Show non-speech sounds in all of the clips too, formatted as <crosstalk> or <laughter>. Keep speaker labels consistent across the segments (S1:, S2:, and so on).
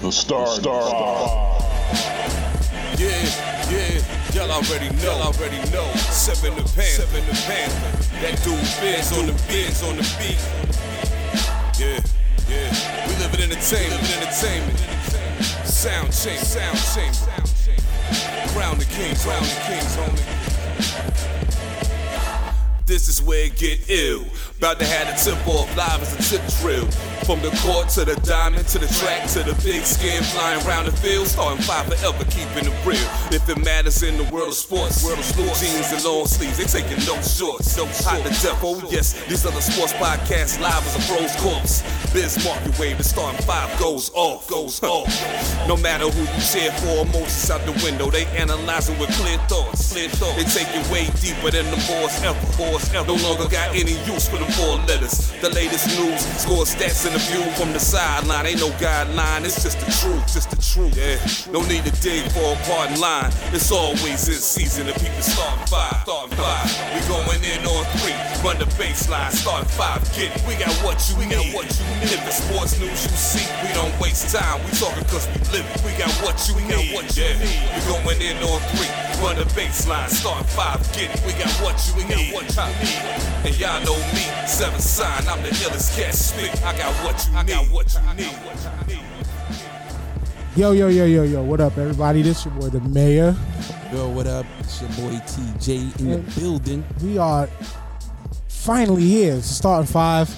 S1: The Star Star. star.
S2: Yeah, yeah, y'all already know, y'all already know. Seven the pan, seven the pan. That dude biz on the biz on the beat. Yeah, yeah. We live in entertainment, live in entertainment. Sound change, sound change. Crown the king, crown the kings, homie. This is where it get ill. About to have a tip off live as a tip drill. From the court to the diamond to the track to the big skin flying round the field. Starting five forever, keeping it real. If it matters in the world of sports, world of sports. jeans and long sleeves, they taking no shorts. No hot to death, oh yes. These other sports podcasts live as a pros corpse. Biz market wave, the starting five goes off, goes off. No matter who you cheer for, emotions out the window. They analyzing with clear thoughts, clear thoughts. They take it way deeper than the boys ever, boys ever. No longer got any use for the four letters. The latest news, score stats and a view from the sideline. Ain't no guideline, it's just the truth, just the truth. Yeah. No need to dig for a pardon line. It's always in season and people starting five, starting five. We going in on three, run the baseline, starting five, get it. We got what you we need. Got what you need. If it's sports news you seek, we don't waste time. We talking cause we live it. We got what you we need. Got what you yeah. need. We going in on three, run the baseline, starting five, get it. We got what you we need. Got what you need. And y'all know me, seven sign. I'm the illest cat spit. I got what you need. I got what you need.
S3: Yo, yo, yo, yo, yo. What up, everybody? This your boy, the mayor.
S4: Yo, what up? It's your boy TJ in the building.
S3: We are finally here. It's the starting five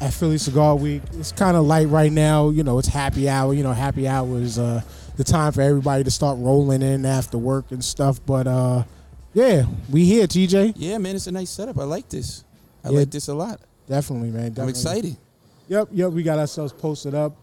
S3: at Philly Cigar Week. It's kind of light right now. You know, it's happy hour. You know, happy hour is uh, the time for everybody to start rolling in after work and stuff. But uh, yeah, we here, TJ.
S4: Yeah, man, it's a nice setup. I like this. I
S3: Yeah.
S4: like this a lot.
S3: Definitely, man. Definitely.
S4: I'm excited.
S3: Yep, yep. We got ourselves posted up.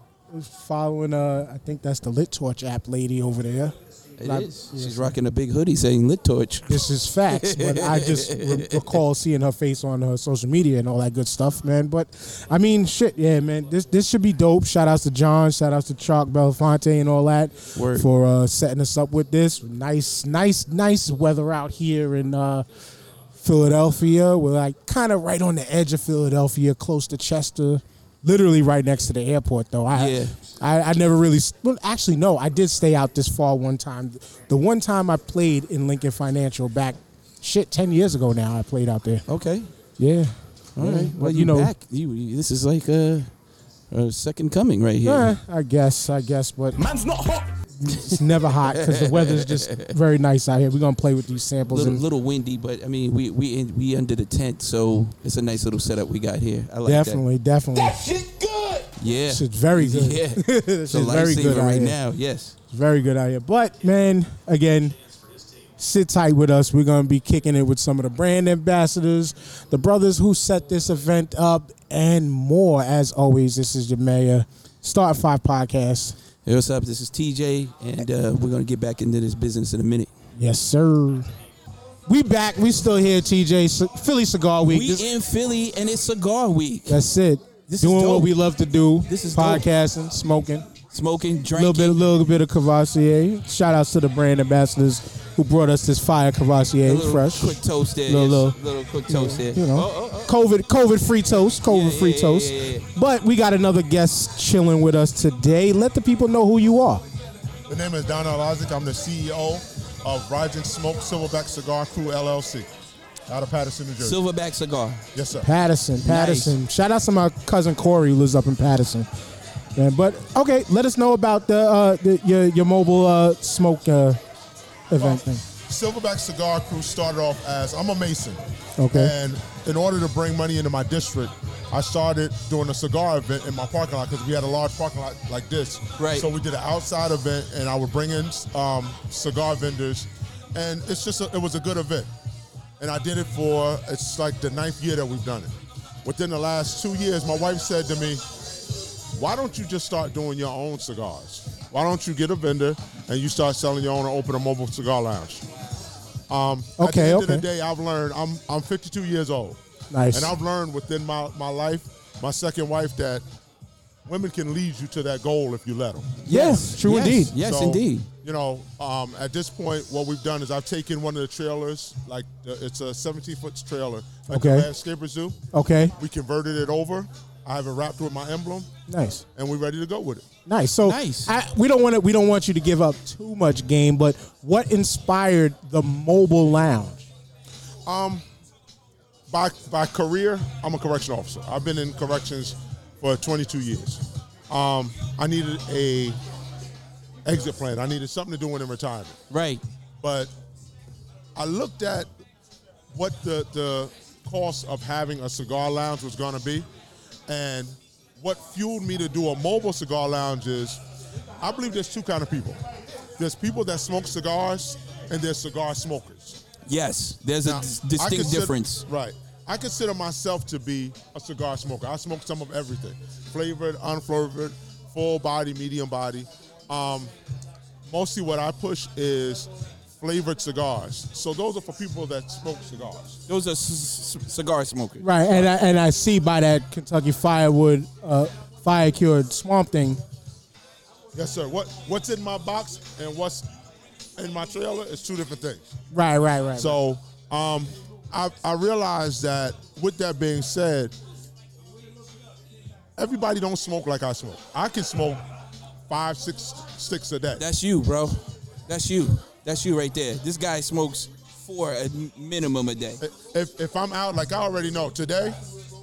S3: Following, uh, I think that's the Lit Torch app lady over there.
S4: It
S3: Like-
S4: is. She's rocking a big hoodie saying lit torch.
S3: This is facts, but I just re- recall seeing her face on her social media and all that good stuff, man. But I mean, shit, yeah, man. This this should be dope. Shout outs to John. Shout outs to Chalk Belafonte and all that
S4: Word.
S3: for uh, setting us up with this. Nice, nice, nice weather out here in uh, Philadelphia. We're like kind of right on the edge of Philadelphia, close to Chester. Literally right next to the airport, though. I,
S4: Yeah.
S3: I, I never really. Well, actually, no. I did stay out this fall one time. The one time I played in Lincoln Financial back, shit, ten years ago now. I played out there.
S4: Okay.
S3: Yeah.
S4: All right. Well,
S3: But,
S4: you, know, back. You, you- this is like a, a second coming right here.
S3: eh, I guess. I guess, but
S2: Man's not hot.
S3: it's never hot because the weather's
S4: <laughs>
S3: just very nice out here. We're gonna play with these samples.
S4: little,
S3: and
S4: little windy, but I mean, we we in, we under the tent, so it's a nice little setup we got here. I like
S3: definitely, definitely.
S4: that. Yeah.
S3: This is very good.
S4: <laughs>
S3: <laughs>
S4: Yeah.
S3: this
S4: It's a
S3: is very
S4: lifesaver
S3: good out
S4: right
S3: here.
S4: now. Yes.
S3: Very good out here. But man, again, sit tight with us. We're gonna be kicking it with some of the brand ambassadors, the brothers who set this event up, and more. As always, this is your mayor, Start Five Podcast.
S4: Hey, what's up? This is TJ, and uh, we're gonna get back into this business in a minute.
S3: Yes, sir. We back. We still here, TJ. C- Philly Cigar Week.
S4: We
S3: This-
S4: in Philly, and it's cigar week.
S3: that's it.
S4: This is
S3: Doing what
S4: dope.
S3: we love to do.
S4: This is dope.
S3: podcasting, smoking.
S4: Smoking,
S3: A little
S4: drinking.
S3: bit, a little bit of Cavassier. Shout outs to the brand ambassadors who brought us this fire Cavassier
S4: A little
S3: fresh.
S4: Quick toast there.
S3: Little-
S4: Little,
S3: little-
S4: little quick toast there.
S3: you know, COVID, COVID free toast, COVID
S4: yeah,
S3: free
S4: yeah,
S3: toast.
S4: yeah, yeah.
S3: But we got another guest chilling with us today. Let the people know who you are.
S5: The name is Donna Lozick. I'm the CEO of Rogers Smoke Silverback Cigar Crew LLC out of Patterson, New Jersey.
S4: Silverback cigar.
S5: yes, sir.
S3: Patterson, Patterson. Shout out to my cousin Corey who lives up in Patterson. Man, but okay, let us know about the, uh, the your, your mobile uh, smoke uh, event thing.
S5: Silverback Cigar Crew started off as I'm a Mason.
S3: Okay.
S5: And in order to bring money into my district, I started doing a cigar event in my parking lot because we had a large parking lot like this.
S4: Right.
S5: So we did an outside event, and I would bring in um, cigar vendors, and it's just a, it was a good event, and I did it for it's like the ninth year that we've done it. Within the last two years, my wife said to me, why don't you just start doing your own cigars? Why don't you get a vendor and you start selling your own and open a mobile cigar lounge? Um, at the
S3: Okay,
S5: end of
S3: okay.
S5: the day, I've learned I'm I'm 52 years old,
S3: Nice.
S5: and I've learned within my my life, my second wife, that women can lead you to that goal if you let them.
S3: Yes, true
S4: yes,
S3: indeed.
S4: Yes,
S5: So,
S4: indeed.
S5: You know, um, at this point, what we've done is I've taken one of the trailers, like uh, it's a 17 foot trailer, like
S3: Okay.
S5: the landscaper zoo.
S3: Okay,
S5: We converted it over, I have it wrapped with my emblem,
S3: Nice.
S5: and we're ready to go with it.
S3: Nice. So
S4: Nice.
S3: I, we don't want to. We don't want you to give up too much game. But what inspired the mobile lounge?
S5: By by career, I'm a correction officer. I've been in corrections for 22 years. Um, I needed a exit plan. I needed something to do in retirement.
S4: Right.
S5: but I looked at what the the cost of having a cigar lounge was going to be, and what fueled me to do a mobile cigar lounge is, I believe there's two kind of people. There's people that smoke cigars, and there's cigar smokers.
S4: Yes. There's
S5: Now,
S4: a dis-
S5: I
S4: distinct
S5: consider-
S4: difference.
S5: Right. I consider myself to be a cigar smoker. I smoke some of everything flavored, unflavored, full body, medium body. Um, mostly what I push is flavored cigars. So those are for people that smoke cigars.
S4: Those are c- c- cigar smokers.
S3: Right. And I, and I see by that Kentucky firewood, uh, fire cured swamp thing.
S5: Yes, sir. What What's in my box and what's in my trailer is two different things.
S3: Right. Right. Right. So
S5: So um, I, I realized that with that being said, everybody don't smoke like I smoke. I can smoke five, six sticks a day.
S4: That's you, bro. That's you. That's you right there. This guy smokes four a m- minimum a day.
S5: if, if I'm out, like I already know, today,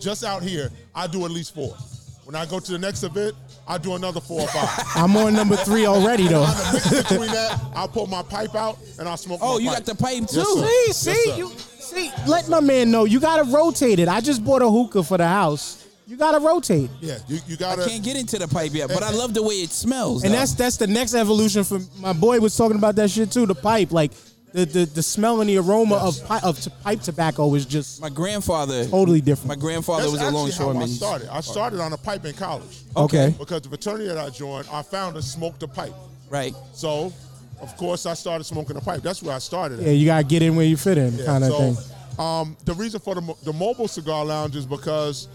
S5: just out here, I do at least four. When I go to the next event, I do another four or
S4: <laughs>
S5: five.
S3: I'm on number three already though.
S5: On the mix between that, I'll pull my pipe out and I'll smoke.
S4: Oh,
S5: my
S4: you
S5: pipe.
S4: got the pipe too.
S5: sir.
S3: See,
S5: Yes,
S3: see,
S5: sir.
S3: you see. Let my man know. You gotta rotate it. I just bought a hookah for the house. You gotta rotate.
S5: Yeah, you, you
S4: I
S5: got
S4: can't
S5: to.
S4: get into the pipe yet, but I love the way it smells.
S3: And
S4: though.
S3: that's that's the next evolution. From my boy was talking about that shit too. The pipe, like the the, the smell and the aroma of pi- of t- pipe tobacco is just
S4: my grandfather.
S3: totally different.
S4: My grandfather
S5: That's
S4: Oh, was a
S5: actually how I
S4: longshoreman.
S5: started. I started on a pipe in college
S4: Oh.
S3: okay.
S5: because the fraternity that I joined, our founder smoked a pipe.
S4: Right.
S5: So, of course, I started smoking a pipe. That's where I started. At.
S3: Yeah, you gotta get in where you fit in,
S5: Yeah,
S3: kind of
S5: so,
S3: thing.
S5: Um, the reason for the, mo- the mobile cigar lounge is because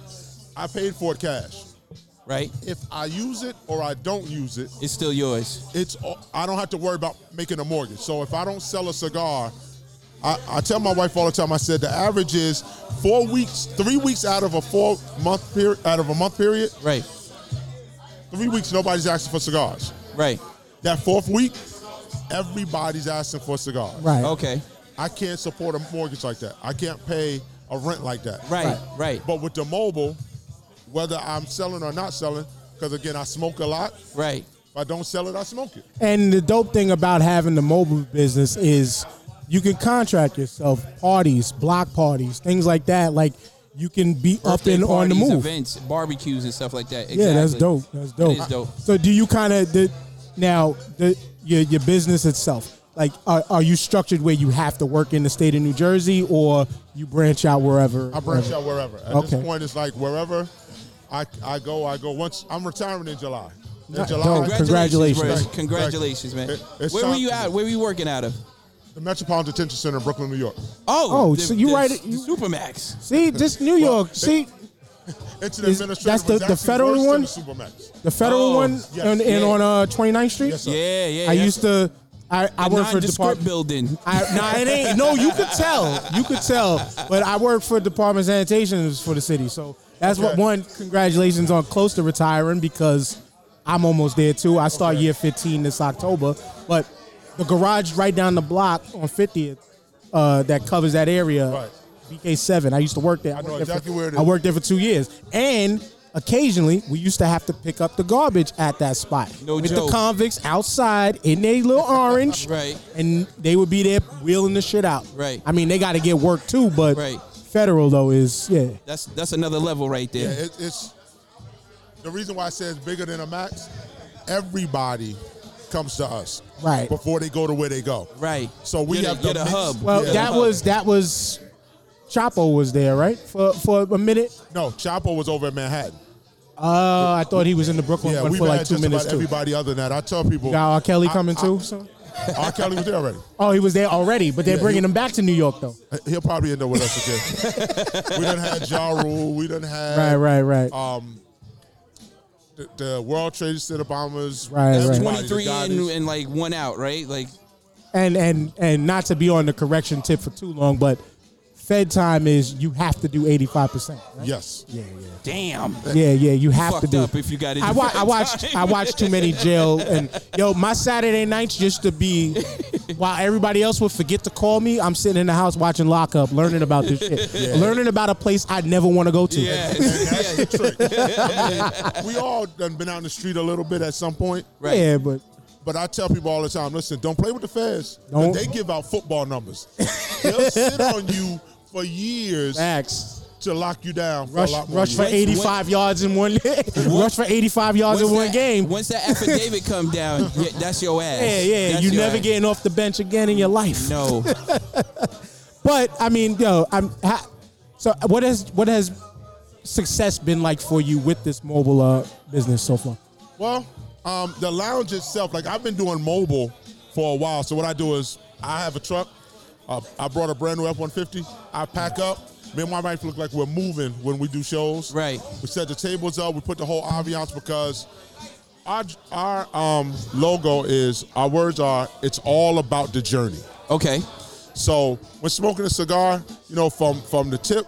S5: I paid for it cash.
S4: Right.
S5: If I use it or I don't use it,
S4: It's still yours.
S5: it's all- I don't have to worry about making a mortgage. So if I don't sell a cigar, I, I tell my wife all the time. I said the average is four weeks, three weeks out of a four month period, out of a month period,
S4: Right.
S5: three weeks nobody's asking for cigars.
S4: Right.
S5: That fourth week, everybody's asking for cigars.
S3: Right.
S4: Okay.
S5: I can't support a mortgage like that. I can't pay a rent like that.
S4: Right. Right.
S5: But with the mobile, whether I'm selling or not selling, because again, I smoke a lot. If
S4: Right.
S5: I don't sell it, I smoke it.
S3: And the dope thing about having the mobile business is you can contract yourself parties, block parties, things like that. Like you can be up
S4: Birthday
S3: and on the
S4: parties,
S3: move.
S4: Events, barbecues, and stuff like that.
S3: Yeah, that's
S4: Exactly.
S3: dope. That's dope.
S4: It is dope.
S3: So do you kind of now the your your business itself? Like, are, are you structured where you have to work in the state of New Jersey, or you branch out wherever?
S5: I branch out wherever. At
S3: Okay.
S5: this point, it's like wherever I, I go, I go. Once I'm retiring in July. In
S3: Not
S5: July,
S3: dope. Congratulations,
S4: bro.
S5: Thank you.
S4: Congratulations, man.
S5: It- it's
S4: Where were
S5: time-
S4: you at? Where were you working out of?
S5: the Metropolitan Detention Center in Brooklyn, New York.
S4: Oh,
S3: Oh, so you right-
S4: the
S3: you-
S4: Supermax.
S3: See, just New York. see,
S5: It's an
S3: Is-
S5: administrative.
S3: that's the-
S5: it's
S3: the
S5: actually
S3: federal
S5: worse than
S3: one?
S5: the Supermax.
S3: the federal
S4: Oh,
S3: one
S5: yes,
S3: and, and
S4: yeah.
S3: on uh 29th Street.
S5: Yes, sir.
S4: Yeah, yeah.
S3: I
S4: yeah.
S3: used to. I, I
S4: A
S3: work for
S4: nondescript
S3: department.
S4: building.
S3: I, nah, it ain't. No, you could tell. You could tell. But I work for Department of Sanitation it was for the city. So that's what
S5: Okay.
S3: one. Congratulations on close to retiring because I'm almost there too. I start year 15 this October. But the garage right down the block on 50th uh, that covers that area,
S5: Right.
S3: BK7. I used to work there. I,
S5: know
S3: worked there
S5: exactly
S3: for,
S5: where it is.
S3: I worked there for two years and. Occasionally, we used to have to pick up the garbage at that spot
S4: No
S3: with
S4: joke.
S3: the convicts outside in their little orange,
S4: <laughs> Right.
S3: and they would be there wheeling the shit out.
S4: Right.
S3: I mean, they got to get work too, but
S4: Right.
S3: federal though is yeah.
S4: That's that's another level right there.
S5: Yeah, it, it's the reason why I say it's bigger than a max. Everybody comes to us
S3: Right.
S5: before they go to where they go.
S4: Right.
S5: So we
S4: You're the-
S5: have
S4: you're
S5: the
S4: the
S5: mix-
S4: hub.
S3: Well,
S5: Yeah.
S3: that was that was Chapo was there right for for a minute.
S5: No, Chapo was over in Manhattan.
S3: Uh, I thought he was in the Brooklyn
S5: Yeah,
S3: one
S5: we've
S3: for like
S5: had
S3: two
S5: just
S3: minutes
S5: about
S3: too.
S5: everybody other than that. I tell people.
S3: Got R. Kelly
S5: I-
S3: coming
S5: I-
S3: too. So.
S5: R. Kelly was there already.
S3: Oh, he was there already, but they're
S5: Yeah,
S3: bringing
S5: he-
S3: him back to New York though.
S5: He'll probably end up with us again. we done had Ja Rule. We done
S3: <laughs>
S5: had
S3: Right, right, right.
S5: Uh, The, the World Trade Center bombers.
S3: Right, right.
S5: everybody, the
S4: 23 in
S5: Gottis.
S4: and like one out, right? Like
S3: and and and not to be on the correction tip for too long, but Fed time is you have to do eighty five percent.
S5: Yes.
S3: Yeah, yeah.
S4: Damn.
S3: Yeah, yeah, you have to
S4: Fucked
S3: do.
S4: up if you got it
S3: I,
S4: the
S3: wa-
S4: first <laughs>
S3: I watched.
S4: time.
S3: I watched too many jail and yo. My Saturday nights just to be while everybody else would forget to call me. I'm sitting in the house watching Lockup, learning about this
S4: <laughs>
S3: shit, learning about a place I'd never want to go to.
S4: Yeah.
S5: And that's the trick. I mean, we all done been out in the street a little bit at some point.
S4: Right.
S3: Yeah, but
S5: But I tell people all the time, listen, don't play with the feds. 'cause
S3: Don't.
S5: They give out football numbers.
S3: <laughs>
S5: They'll sit on you for years
S3: facts.
S5: to lock you down. For
S3: Rush,
S5: a lot more
S3: rush for
S5: years.
S4: eight-
S3: 85 yards in one. <laughs> rush for 85 yards in one
S4: that,
S3: game.
S4: Once that affidavit come down, yeah, that's your ass.
S3: yeah, yeah.
S4: That's
S3: you
S4: your
S3: never
S4: ass.
S3: getting off the bench again in your life.
S4: No.
S3: But I mean, yo, I'm ha, so what has what has success been like for you with this mobile uh, business so far?
S5: Well, um, the lounge itself, like I've been doing mobile for a while. So what I do is I have a truck. Uh, I brought a brand new F one fifty. I pack up. Me and my wife look like we're moving when we do shows.
S4: Right.
S5: We set the tables up. We put the whole ambiance because our our um, logo is our words are it's all about the journey.
S4: Okay.
S5: So when smoking a cigar, you know, from from the tip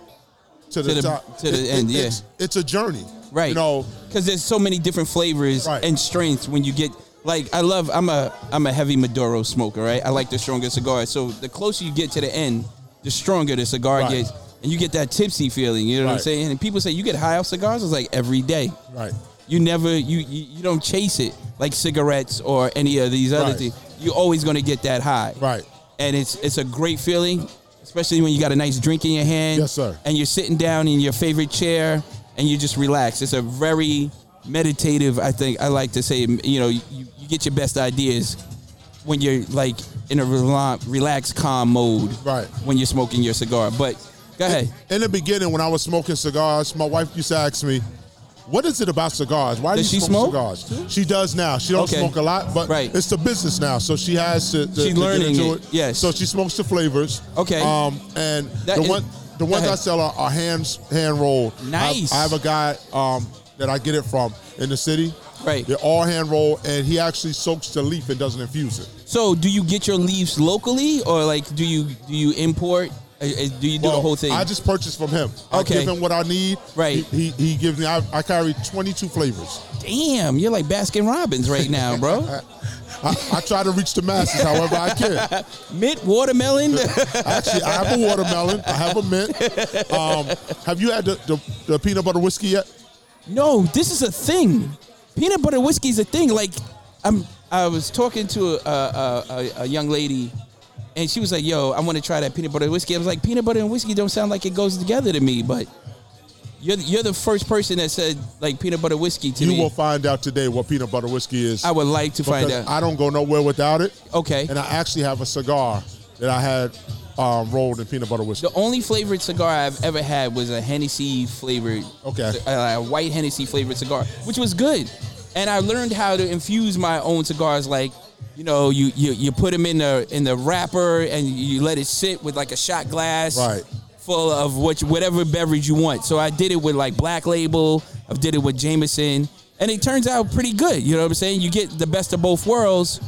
S5: to the,
S4: To the-
S5: top
S4: to the end, yeah.
S5: it's, it's a journey,
S4: Right.
S5: You know,
S4: because there's so many different flavors
S5: Right.
S4: and strengths when you get like I love I'm a I'm a heavy Maduro smoker, right? I like the stronger cigar. So the closer you get to the end, the stronger the cigar
S5: Right.
S4: gets. And you get that tipsy feeling, you know what I'm
S5: Right.
S4: saying? And people say you get high off cigars. It's like every day.
S5: right?
S4: You never you you, you don't chase it like cigarettes or any of these other
S5: Right.
S4: things. You're always gonna get that high.
S5: Right.
S4: And it's it's a great feeling, especially when you got a nice drink in your hand.
S5: Yes, sir.
S4: And you're sitting down in your favorite chair and you just relax. It's a very meditative, I think I like to say, you know, you, you get your best ideas when you're like in a rela- relaxed calm mode.
S5: Right.
S4: When you're smoking your cigar. But go ahead.
S5: In the beginning, when I was smoking cigars, my wife used to ask me, "What is it about cigars? Why
S4: Does
S5: do you
S4: she
S5: smoke,
S4: smoke?
S5: cigars?" She does now. She don't
S4: Okay.
S5: smoke a lot, but
S4: Right.
S5: it's the business now, so she has to. to to get
S4: learning
S5: into
S4: it, yes.
S5: So she smokes the flavors.
S4: Okay.
S5: Um, and
S4: That
S5: the
S4: is-
S5: one the
S4: go
S5: ones I
S4: ahead.
S5: sell are, are hand hand rolled. I-
S4: Nice.
S5: I, have a guy um that I get it from in the city.
S4: Right.
S5: They're all hand rolled, and he actually soaks the leaf and doesn't infuse it.
S4: So, do you get your leaves locally, or like do you do you import? Uh, uh, Do you do the
S5: Well,
S4: whole thing?
S5: I just purchased from him.
S4: Okay.
S5: I give him what I need.
S4: Right.
S5: He he, he gives me. I, I carry twenty two flavors.
S4: Damn, you're like Baskin Robbins right now, bro.
S5: <laughs> I, I try to reach the masses however I can.
S4: Mint
S5: <laughs>
S4: watermelon.
S5: Actually, I have a watermelon. I have a mint. Um, have you had the, the, the peanut butter whiskey yet?
S4: no, this is a thing. Peanut butter whiskey is a thing. Like, I'm. I was talking to a a, a, a young lady, and she was like, "Yo, I want to try that peanut butter whiskey." I was like, "Peanut butter and whiskey don't sound like it goes together to me," but. You're, you're the first person that said like peanut butter whiskey to
S5: You
S4: me.
S5: will find out today what peanut butter whiskey is.
S4: I would like to find
S5: because
S4: out.
S5: I don't go nowhere without it.
S4: okay.
S5: And I actually have a cigar that I had um, rolled in peanut butter whiskey.
S4: The only flavored cigar I've ever had was a Hennessy flavored,
S5: Okay.
S4: a, a white Hennessy flavored cigar, which was good. And I learned how to infuse my own cigars. Like, you know, you you, you put them in the in the wrapper and you let it sit with like a shot glass,
S5: Right.
S4: full of which whatever beverage you want. So I did it with like Black Label. I did it with Jameson, and it turns out pretty good. You know what I'm saying? You get the best of both worlds,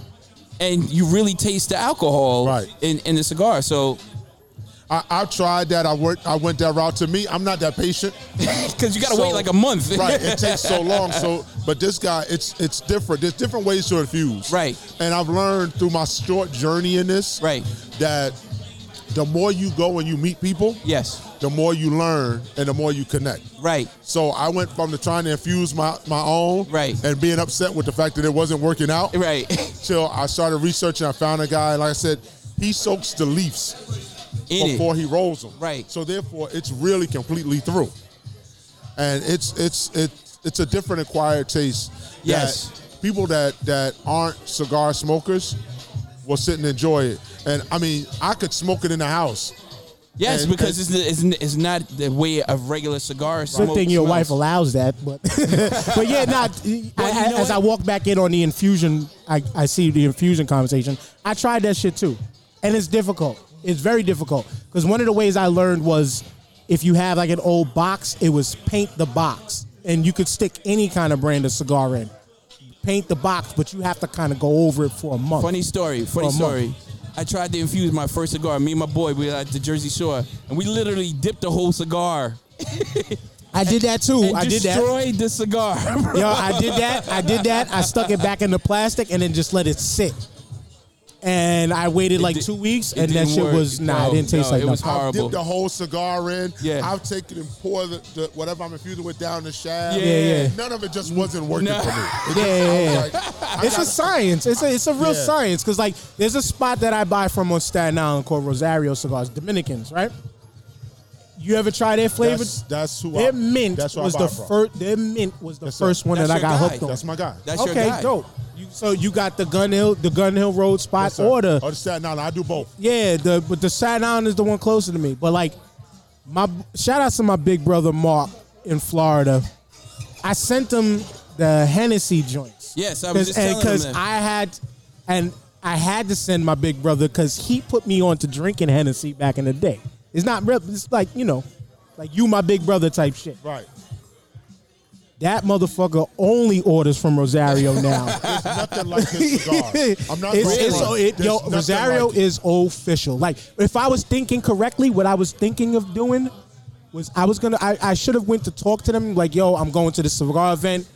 S4: and you really taste the alcohol
S5: Right.
S4: in in the cigar. So
S5: I, I tried that. I worked. I went that route. To me, I'm not that patient.
S4: Because you gotta
S5: So-
S4: wait like a month.
S5: <laughs> right. It takes so long. So, but this guy, it's it's different. There's different ways to infuse.
S4: Right.
S5: And I've learned through my short journey in this.
S4: Right.
S5: That the more you go and you meet people,
S4: <laughs> yes.
S5: the more you learn and the more you connect.
S4: Right.
S5: So I went from to trying to infuse my my own.
S4: Right.
S5: And being upset with the fact that it wasn't working out.
S4: Right. <laughs>
S5: Till I started researching, I found a guy. Like I said, he soaks the leaves
S4: In
S5: before
S4: it.
S5: he rolls them.
S4: Right.
S5: So therefore, it's really completely through, and it's it's it's it's a different acquired taste. that
S4: Yes.
S5: People that that aren't cigar smokers will sit and enjoy it, and I mean, I could smoke it in the house.
S4: Yes,
S5: and-
S4: because it's, it's it's not the way of regular cigar
S3: Good
S4: smoke.
S3: thing your wife
S4: smells.
S3: allows that, but <laughs> but yeah,
S4: <laughs>
S3: not. I,
S4: you know
S3: as
S4: what?
S3: I walk back in on the infusion, I, I see the infusion conversation. I tried that shit too, and it's difficult. It's very difficult because one of the ways I learned was if you have like an old box, it was paint the box, and you could stick any kind of brand of cigar in. Paint the box, but you have to kind of go over it for a month.
S4: Funny story. Funny
S3: For a month.
S4: story. I tried to infuse my first cigar. Me and my boy, we were at the Jersey Shore, and we literally dipped the whole cigar.
S3: I did that too.
S4: And
S3: I did that.
S4: destroyed the
S3: <laughs>
S4: cigar.
S3: Yo, I did that. I did that. I stuck it back in the plastic and then just let it sit. And I waited like
S4: di-
S3: two weeks,
S4: it
S3: and that
S4: didn't
S3: shit
S4: work,
S3: was nah.
S4: bro.
S3: It didn't taste
S4: No,
S3: like
S4: it was
S3: nothing.
S5: I've
S4: horrible.
S5: dipped the whole cigar in.
S4: Yeah.
S5: I've taken and poured the, the whatever I'm infusing with down the shaft.
S4: Yeah, yeah,
S3: yeah.
S5: None of it just wasn't working
S4: No.
S5: for me.
S4: <laughs>
S5: It
S3: Yeah, yeah,
S5: just- <laughs> I was like, I
S3: It's a
S5: gotta-
S3: science. It's a it's a real
S5: Yeah.
S3: science because like there's a spot that I buy from on Staten Island called Rosario Cigars, Dominicans, right? You ever try their flavor?
S5: That's, that's who I.
S3: Their mint
S5: that's who I
S3: was
S5: buy
S3: the
S5: from.
S3: first. Their mint was the
S5: That's it.
S3: first one
S4: That's
S3: that I
S4: your
S3: got
S4: guy.
S3: hooked on.
S5: That's my guy.
S4: That's your
S3: okay,
S4: guy.
S3: dope. You, so you got the Gun Hill, the Gun Hill Road spot
S5: Yes, sir.
S3: order.
S5: Oh, the Staten Island. I do both.
S3: Yeah, the but the Staten Island is the one closer to me. But like, my shout outs to my big brother Mark in Florida. I sent him the Hennessy joints.
S4: Yes, I was just telling him
S3: because
S4: that.
S3: I had and I had to send my big brother because he put me on to drinking Hennessy back in the day. It's not real. It's like you know, like you my big brother type shit.
S5: Right.
S3: That motherfucker only orders from Rosario
S4: <laughs>
S3: now.
S5: There's nothing like
S3: <laughs>
S5: his cigar. I'm not
S3: it's,
S5: going
S3: it's-
S5: to-
S3: so it-
S5: there's
S3: yo,
S5: nothing
S3: Rosario
S5: like it.
S3: is official. Like if I was thinking correctly, what I was thinking of doing was I was gonna I, I should have went to talk to them like, yo, I'm going to the cigar event.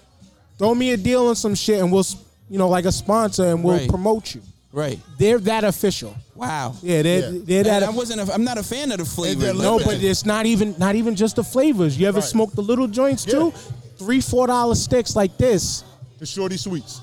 S3: Throw me a deal on some shit and we'll s- you know, like a sponsor and we'll
S4: Right.
S3: promote you.
S4: right.
S3: They're that official.
S4: Wow.
S3: Yeah, they're
S5: Yeah.
S3: they're that
S4: And I wasn't. A, I'm not a fan of the flavor.
S5: they're
S3: no,
S5: limited.
S3: but it's not even not even just the flavors. You ever
S5: Right.
S3: smoked the little joints
S5: Yeah.
S3: too? Three, four dollar sticks like this.
S5: the shorty sweets.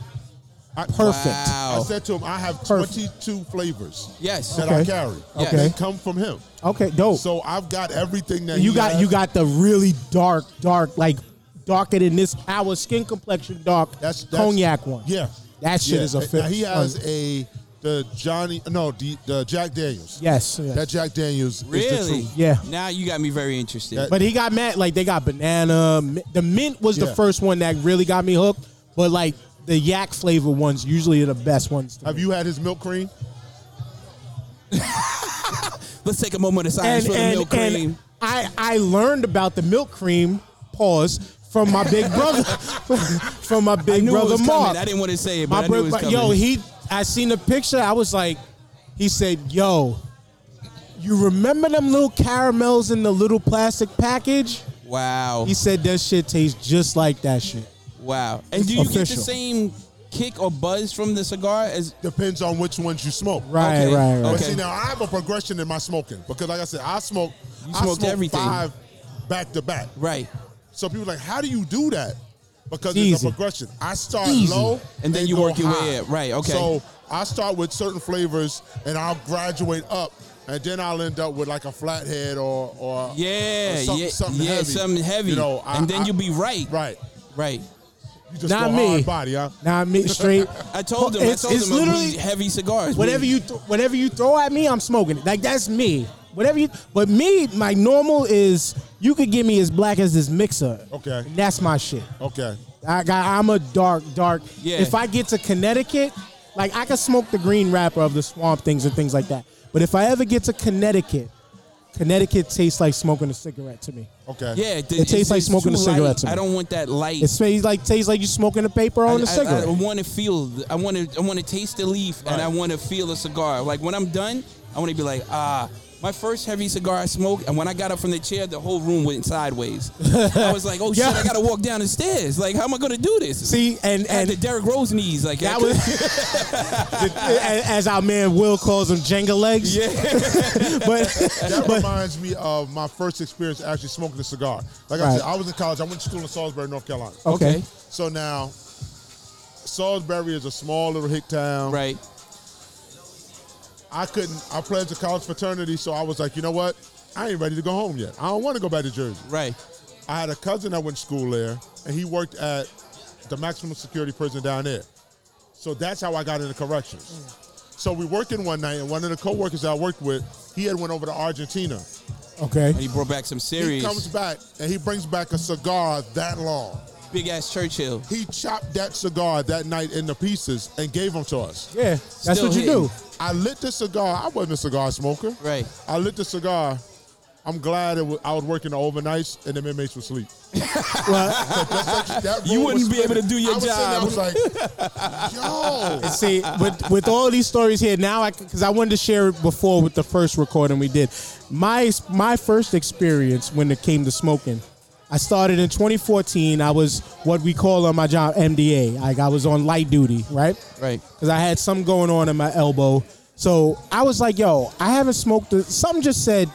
S5: I,
S3: Perfect.
S5: I
S4: Wow.
S5: said to him, I have
S3: Perfect.
S5: 22 flavors
S4: Yes.
S5: that I
S3: Okay.
S5: carry.
S4: Yes.
S5: They come from him.
S3: Okay, dope.
S5: So I've got everything that
S3: you
S5: he
S3: got
S5: has.
S3: you got the really dark, dark, like darker than this our skin complexion dark
S5: That's, that's
S3: cognac one.
S5: Yeah,
S3: That shit
S5: Yeah.
S3: is a fit. Uh,
S5: Now, He has a the Johnny. No, the, the Jack Daniels.
S3: yes, yes.
S5: that Jack Daniels is the
S4: Really?
S5: truth.
S3: Yeah.
S4: Now you got me very interested.
S5: That-
S3: but he got mad like they got banana. mi- The mint was the
S5: Yeah.
S3: first one that really got me hooked, but like the yak flavor ones usually are the best ones. to
S5: Have
S3: me.
S5: you had his milk cream?
S4: Let's take a moment of silence
S3: and
S4: for the
S3: and,
S4: milk cream.
S3: and I I learned about the milk cream pause from my big brother <laughs> from my
S4: I
S3: big
S4: knew it
S3: brother
S4: was coming.
S3: Mark.
S4: I didn't want to say it, but
S3: my
S4: I knew
S3: bro-
S4: it was
S3: my-
S4: coming.
S3: yo, he I seen the picture. I was like, he said, "Yo, you remember them little caramels in the little plastic package?"
S4: wow.
S3: He said, "That shit tastes just like that shit."
S4: Wow. And
S3: It's
S4: do you get the
S3: official.
S4: same kick or buzz from the cigar as
S5: Depends on which ones you smoke.
S3: Right,
S4: Okay.
S3: right, right.
S5: But
S4: Okay.
S5: see, now I have a progression in my smoking because, like I said, I smoke.
S4: You
S5: I
S4: smoked
S5: smoke
S4: everything.
S5: five back to back.
S4: right?
S5: So people are like, how do you do that? Because it's
S3: Easy.
S5: a progression. I start
S3: Easy.
S5: low,
S4: And then you
S5: go
S4: work your way
S5: high.
S4: up. Right, okay.
S5: So I start with certain flavors, and I'll graduate up, and then I'll end up with like a flathead or or
S4: Yeah,
S5: or something,
S4: yeah,
S5: uh, something
S4: yeah,
S5: heavy.
S4: something heavy.
S5: You know, I-
S4: and then
S5: I-
S4: you'll be right,
S5: right.
S4: right.
S5: You just
S3: Not
S5: go
S3: me.
S5: hard body, huh?
S3: Now I mean straight.
S4: <laughs> I told him.
S3: It's,
S4: I told
S3: it's
S4: him it was
S3: literally
S4: heavy cigars.
S3: whatever you th- whatever you throw at me, I'm smoking it. Like that's me. Whatever you, but me, my normal is you could get me as black as this mixer.
S5: Okay.
S3: And that's my shit.
S5: Okay.
S3: I got. I'm a dark, dark.
S4: Yeah.
S3: If I get to Connecticut, like I can smoke the green wrapper of the swamp things and things like that. But if I ever get to Connecticut, Connecticut tastes like smoking a cigarette to me.
S5: Okay.
S4: Yeah, it,
S3: tastes like smoking a cigarette to me.
S4: I don't want that light.
S3: It smells like tastes like you smoking a paper
S4: I, oh,
S3: on a
S4: I-
S3: cigarette.
S4: I want to feel. th- I want to. I want to taste the leaf, and I want to feel the cigar. Like when I'm done, I want to be like, ah, my first heavy cigar I smoked, and when I got up from the chair, the whole room went
S3: <laughs>
S4: sideways. I was like, oh
S3: Yeah.
S4: shit, I gotta walk down the stairs. Like, how am I gonna do this?
S3: See, and
S4: I had
S3: and
S4: the Derrick Rose knees. Like
S3: that
S4: I couldn't- <laughs>
S3: was <laughs> the- as our man Will calls them Jenga legs. <laughs> but
S4: <laughs>
S5: That reminds me of my first experience actually smoking a cigar. Like I
S3: Right.
S5: said, I was in college. I went to school in Salisbury, North Carolina.
S3: okay,
S5: So now, Salisbury is a small little hick town.
S4: right.
S5: I couldn't. I pledged a college fraternity, so I was like, you know what? I ain't ready to go home yet. I don't want to go back to Jersey.
S4: Right.
S5: I had a cousin that went to school there, and he worked at the maximum security prison down there. So that's how I got into corrections. So we working one night, and one of the coworkers that I worked with, he had went over to Argentina.
S3: okay.
S4: And he brought back some
S5: He comes
S4: serious
S5: back and he brings back a cigar that long.
S4: big ass Churchill.
S5: He chopped that cigar that night into pieces and gave them to us.
S3: Yeah, that's
S4: Still
S3: what you do.
S4: hitting.
S5: I lit the cigar. I wasn't a cigar smoker.
S4: Right.
S5: I lit the cigar I'm glad it was, I was working the overnights and the inmates
S4: <laughs>
S5: were asleep. That
S4: You
S5: room was
S4: wouldn't be able to do your
S5: I was
S4: job.
S5: Sitting there, I was like, yo.
S3: See, with with all these stories here now, because I, wanted to share it before with the first recording we did. My my first experience when it came to smoking, I started in 2014. I was what we call on my job MDA. Like I was on light duty, right?
S4: Right.
S3: Because I had something going on in my elbow. So I was like, yo, I haven't smoked. A, something just said,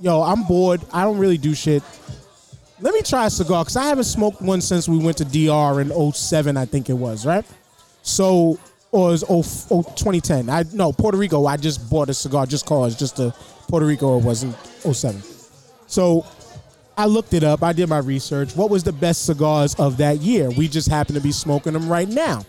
S3: yo, I'm bored. I don't really do shit. Let me try a cigar because I haven't smoked one since we went to DR in 07, I think it was, right? So, or it was oh, 0- 0- 2010. I no Puerto Rico. I just bought a cigar just cause just to Puerto Rico. It wasn't 07. So I looked it up. I did my research. What was the best cigars of that year? We just happen to be smoking them right now.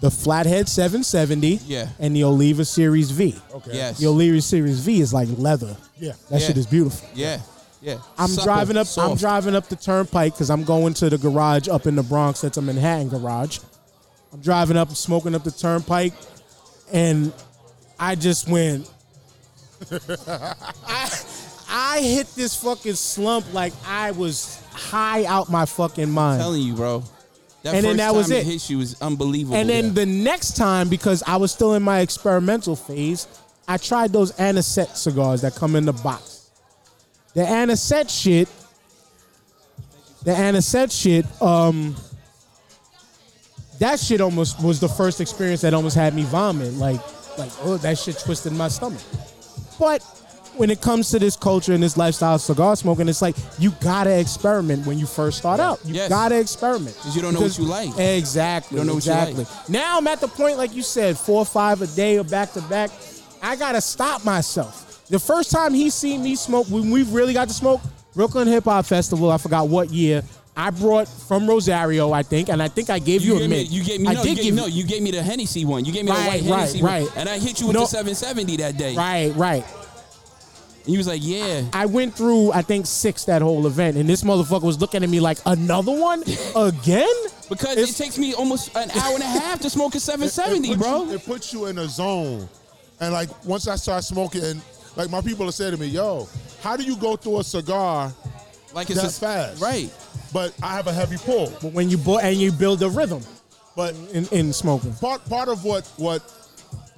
S3: The Flathead 770
S4: Yeah.
S3: and the Oliva Series V.
S5: Okay.
S4: Yes.
S3: The Oliva Series V is like leather.
S5: Yeah.
S3: That
S4: Yeah.
S3: shit is beautiful.
S4: Yeah. Yeah.
S3: I'm
S4: Supple,
S3: driving up. I'm
S4: soft.
S3: driving up the turnpike because I'm going to the garage up in the Bronx. That's a Manhattan garage. I'm driving up, smoking up the turnpike, and I just went. <laughs> I I hit this fucking slump like I was high out my fucking mind.
S4: telling you, bro. That
S3: And then
S4: first
S3: that
S4: time
S3: was it.
S4: hit you was unbelievable.
S3: And then
S4: Yeah.
S3: the next time, because I was still in my experimental phase, I tried those anisette cigars that come in the box. The anisette shit, the anisette shit, um, that shit almost was the first experience that almost had me vomit. Like, like, oh, that shit twisted my stomach. But when it comes to this culture and this lifestyle of cigar smoking, it's like you gotta experiment when you first start out. You
S4: Yes.
S3: gotta experiment.
S4: 'Cause you don't know what
S3: Because-
S4: you like.
S3: Exactly.
S4: You don't know what you like.
S3: exactly. Now I'm at the point, like you said, four or five a day or back to back. I gotta stop myself. The first time he seen me smoke, when we really got to smoke, Brooklyn Hip Hop Festival. I forgot what year. I brought from Rosario, I think, and I think I gave you,
S4: you
S3: a
S4: gave me,
S3: mint.
S4: you gave me,
S3: I
S4: no, you
S3: did
S4: gave,
S3: give
S4: no, you gave me the Hennessy one. You gave me
S3: Right,
S4: the white
S3: right,
S4: Hennessy
S3: right.
S4: one, and I hit you with
S3: No.
S4: the 770 that day.
S3: Right, right.
S4: And you was like, yeah,
S3: I went through, I think, six that whole event, and this motherfucker was looking at me like, another
S4: <laughs>
S3: one? Again?
S4: because
S3: It's-
S4: it takes me almost an hour and a half to smoke a
S5: It- it
S4: 770,
S5: puts
S4: bro.
S5: you- it puts you in a zone. And like once I start smoking, and like my people have said to me, yo, how do you go through a cigar
S4: like
S5: that
S4: just-
S5: fast?
S4: right?
S5: But I have a heavy pull.
S3: But when you bo- and you build a rhythm
S5: But
S3: in, in smoking.
S5: part part of what what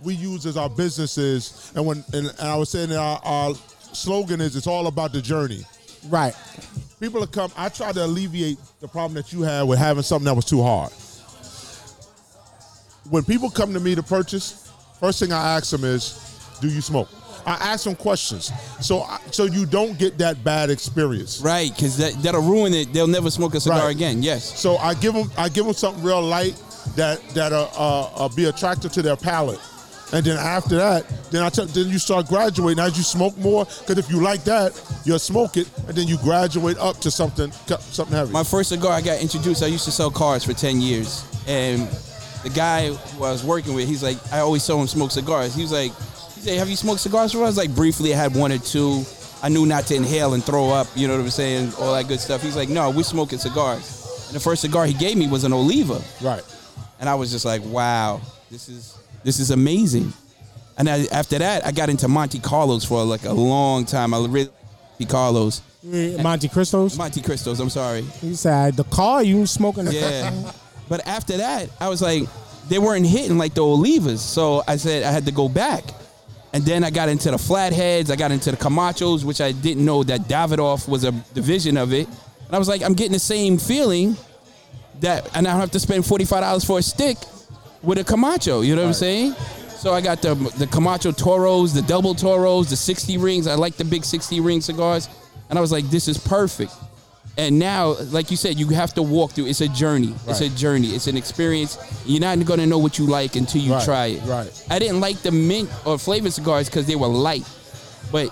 S5: we use as our businesses and when and, and I was saying that our, our slogan is it's all about the journey.
S3: Right.
S5: People have come I try to alleviate the problem that you had with having something that was too hard. When people come to me to purchase, first thing I ask them is, do you smoke? I ask them questions. So I- so you don't get that bad experience.
S4: Right, because that, that'll ruin it. They'll never smoke a cigar
S5: Right.
S4: again. Yes.
S5: So I give them I give them something real light that that uh, uh, uh, be attractive to their palate, and then after that, then I tell then you start graduating as you smoke more. Because if you like that, you'll smoke it, and then you graduate up to something cu- something heavy.
S4: My first cigar I got introduced, I used to sell cars for 10 years. And the guy who I was working with, he's like, I always saw him smoke cigars. He was like, he said, have you smoked cigars before? I was like, briefly, I had one or two. I knew not to inhale and throw up, you know what I'm saying? All that good stuff. He's like, no, we're smoking cigars. And the first cigar he gave me was an Oliva.
S5: right.
S4: and I was just like, wow, this is this is amazing. And I, after that, I got into Monte Carlos for like a long time. I really Monte Carlos,
S3: Monte Cristo's?
S4: Monte Cristos. I'm sorry,
S3: He said, the car you smoking? the-
S4: yeah. but after that, I was like, they weren't hitting like the Olivas, so I said I had to go back. And then I got into the Flatheads. I got into the Camachos, which I didn't know that Davidoff was a division of it. And I was like, I'm getting the same feeling that and I don't have to spend forty five dollars for a stick with a Camacho. You know what I'm saying? So I got the the Camacho Toros, the double Toros, the sixty rings. I like the big sixty ring cigars, and I was like, this is perfect. And now, like you said, you have to walk through. It's a journey. It's a
S5: Right.
S4: journey. It's an experience. You're not going to know what you like until you
S5: Right,
S4: try it.
S5: right.
S4: I didn't like the mint or flavored cigars because they were light, but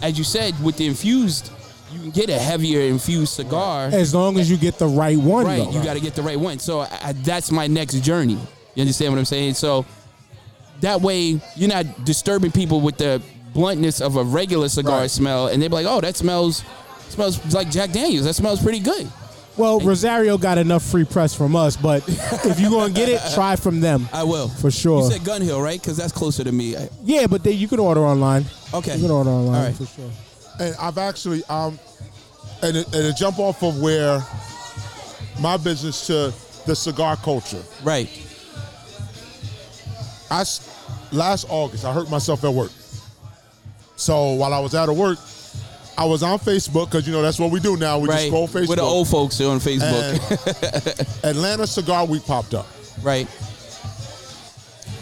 S4: as you said, with the infused, you can get a heavier infused cigar.
S3: As long as you get the right one,
S4: Right,
S3: though.
S4: you got to get the right one. So I, I- that's my next journey. You understand what I'm saying? So that way you're not disturbing people with the bluntness of a regular cigar
S5: Right.
S4: smell, and they're like, "Oh, that smells smells like Jack Daniels. That smells pretty good."
S3: Well, Rosario got enough free press from us, but <laughs> if you're gonna get it, try from them.
S4: I will
S3: For sure.
S4: You said Gun Hill, right? Because that's closer to me. I,
S3: Yeah, but they, you can order online.
S4: okay.
S3: You can order online
S4: All right.
S3: for sure.
S5: and I've actually um, and it, and it jump off of where my business to the cigar culture.
S4: Right.
S5: I s- last August I hurt myself at work. So while I was out of work, I was on Facebook because you know that's what we do now. We just
S4: Right.
S5: scroll Facebook. Uh,
S4: We're the old folks on Facebook. <laughs>
S5: And Atlanta Cigar Week popped up.
S4: right.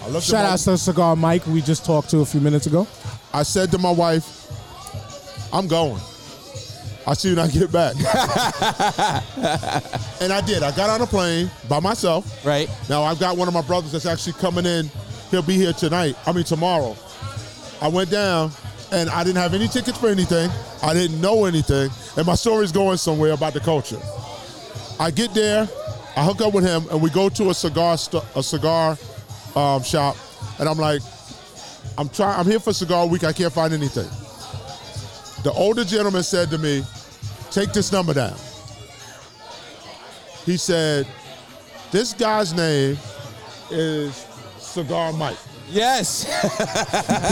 S5: I looked
S3: Shout
S5: at my-
S3: out to Cigar Mike, we just talked to a few minutes ago.
S5: I said to my wife, I'm going. I'll see you when I
S4: <laughs>
S5: get back. and I did. I got on a plane by myself.
S4: Right.
S5: Now I've got one of my brothers that's actually coming in. He'll be here tonight. I mean tomorrow. I went down and I didn't have any tickets for anything. I didn't know anything. And my story's going somewhere about the culture. I get there, I hook up with him, and we go to a cigar st- a cigar um, shop, and I'm like, I'm trying. I'm here for cigar week. I can't find anything. The older gentleman said to me, "Take this number down." He said, "This guy's name is Cigar Mike."
S4: Yes.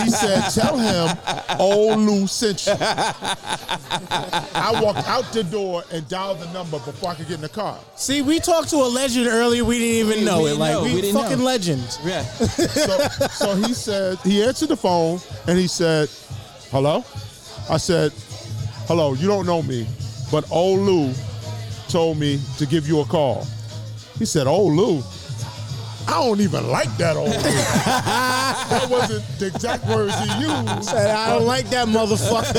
S5: He said, "Tell him old Lou sent you." I walked out the door and dialed the number before I could get in the car.
S3: See, we talked to a legend earlier. We didn't even
S4: We-
S3: know it.
S4: we didn't
S3: Like
S4: know.
S3: we,
S4: We didn't
S3: fucking
S4: know.
S3: legends.
S4: yeah.
S5: so, so he said he answered the phone and he said, "Hello." I said, "Hello. You don't know me, but old Lou told me to give you a call." He said, "Old Lou." I don't even like that old Lou. that wasn't the exact words he used.
S3: Said, I don't like that
S4: <laughs>
S3: motherfucker.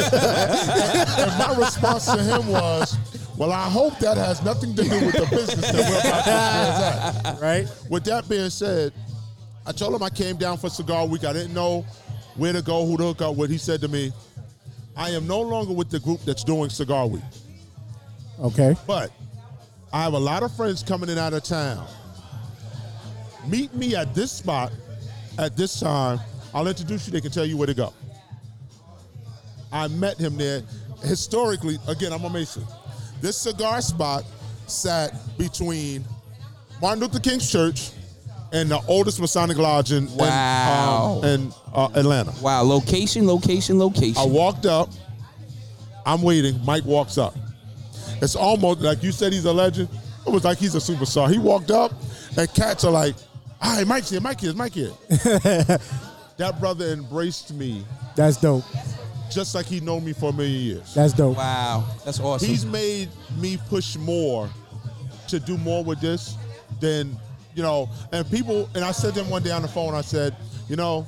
S5: And my response to him was, "Well, I hope that has nothing to do with the business that we're about to transact."
S3: right?
S5: With that being said, I told him I came down for cigar week. I didn't know where to go, who to hook up with. He said to me, I am no longer with the group that's doing cigar week,
S3: Okay.
S5: but I have a lot of friends coming in out of town. Meet me at this spot at this time. I'll introduce you. They can tell you where to go. I met him there. Historically, again, I'm a Mason. This cigar spot sat between Martin Luther King's church and the oldest Masonic lodge in, in, um,
S4: Wow.
S5: in, uh, Atlanta.
S4: Wow. Location, location, location.
S5: I walked up. I'm waiting. Mike walks up. It's almost like you said he's a legend. It was like he's a superstar. He walked up, and cats are like, all right, Mike's here, Mike here, Mike here. that brother embraced me
S3: That's dope.
S5: just like he known me for a million years.
S3: That's dope.
S4: wow. That's awesome.
S5: He's made me push more to do more with this than, you know, and people, and I said to them one day on the phone, I said, you know,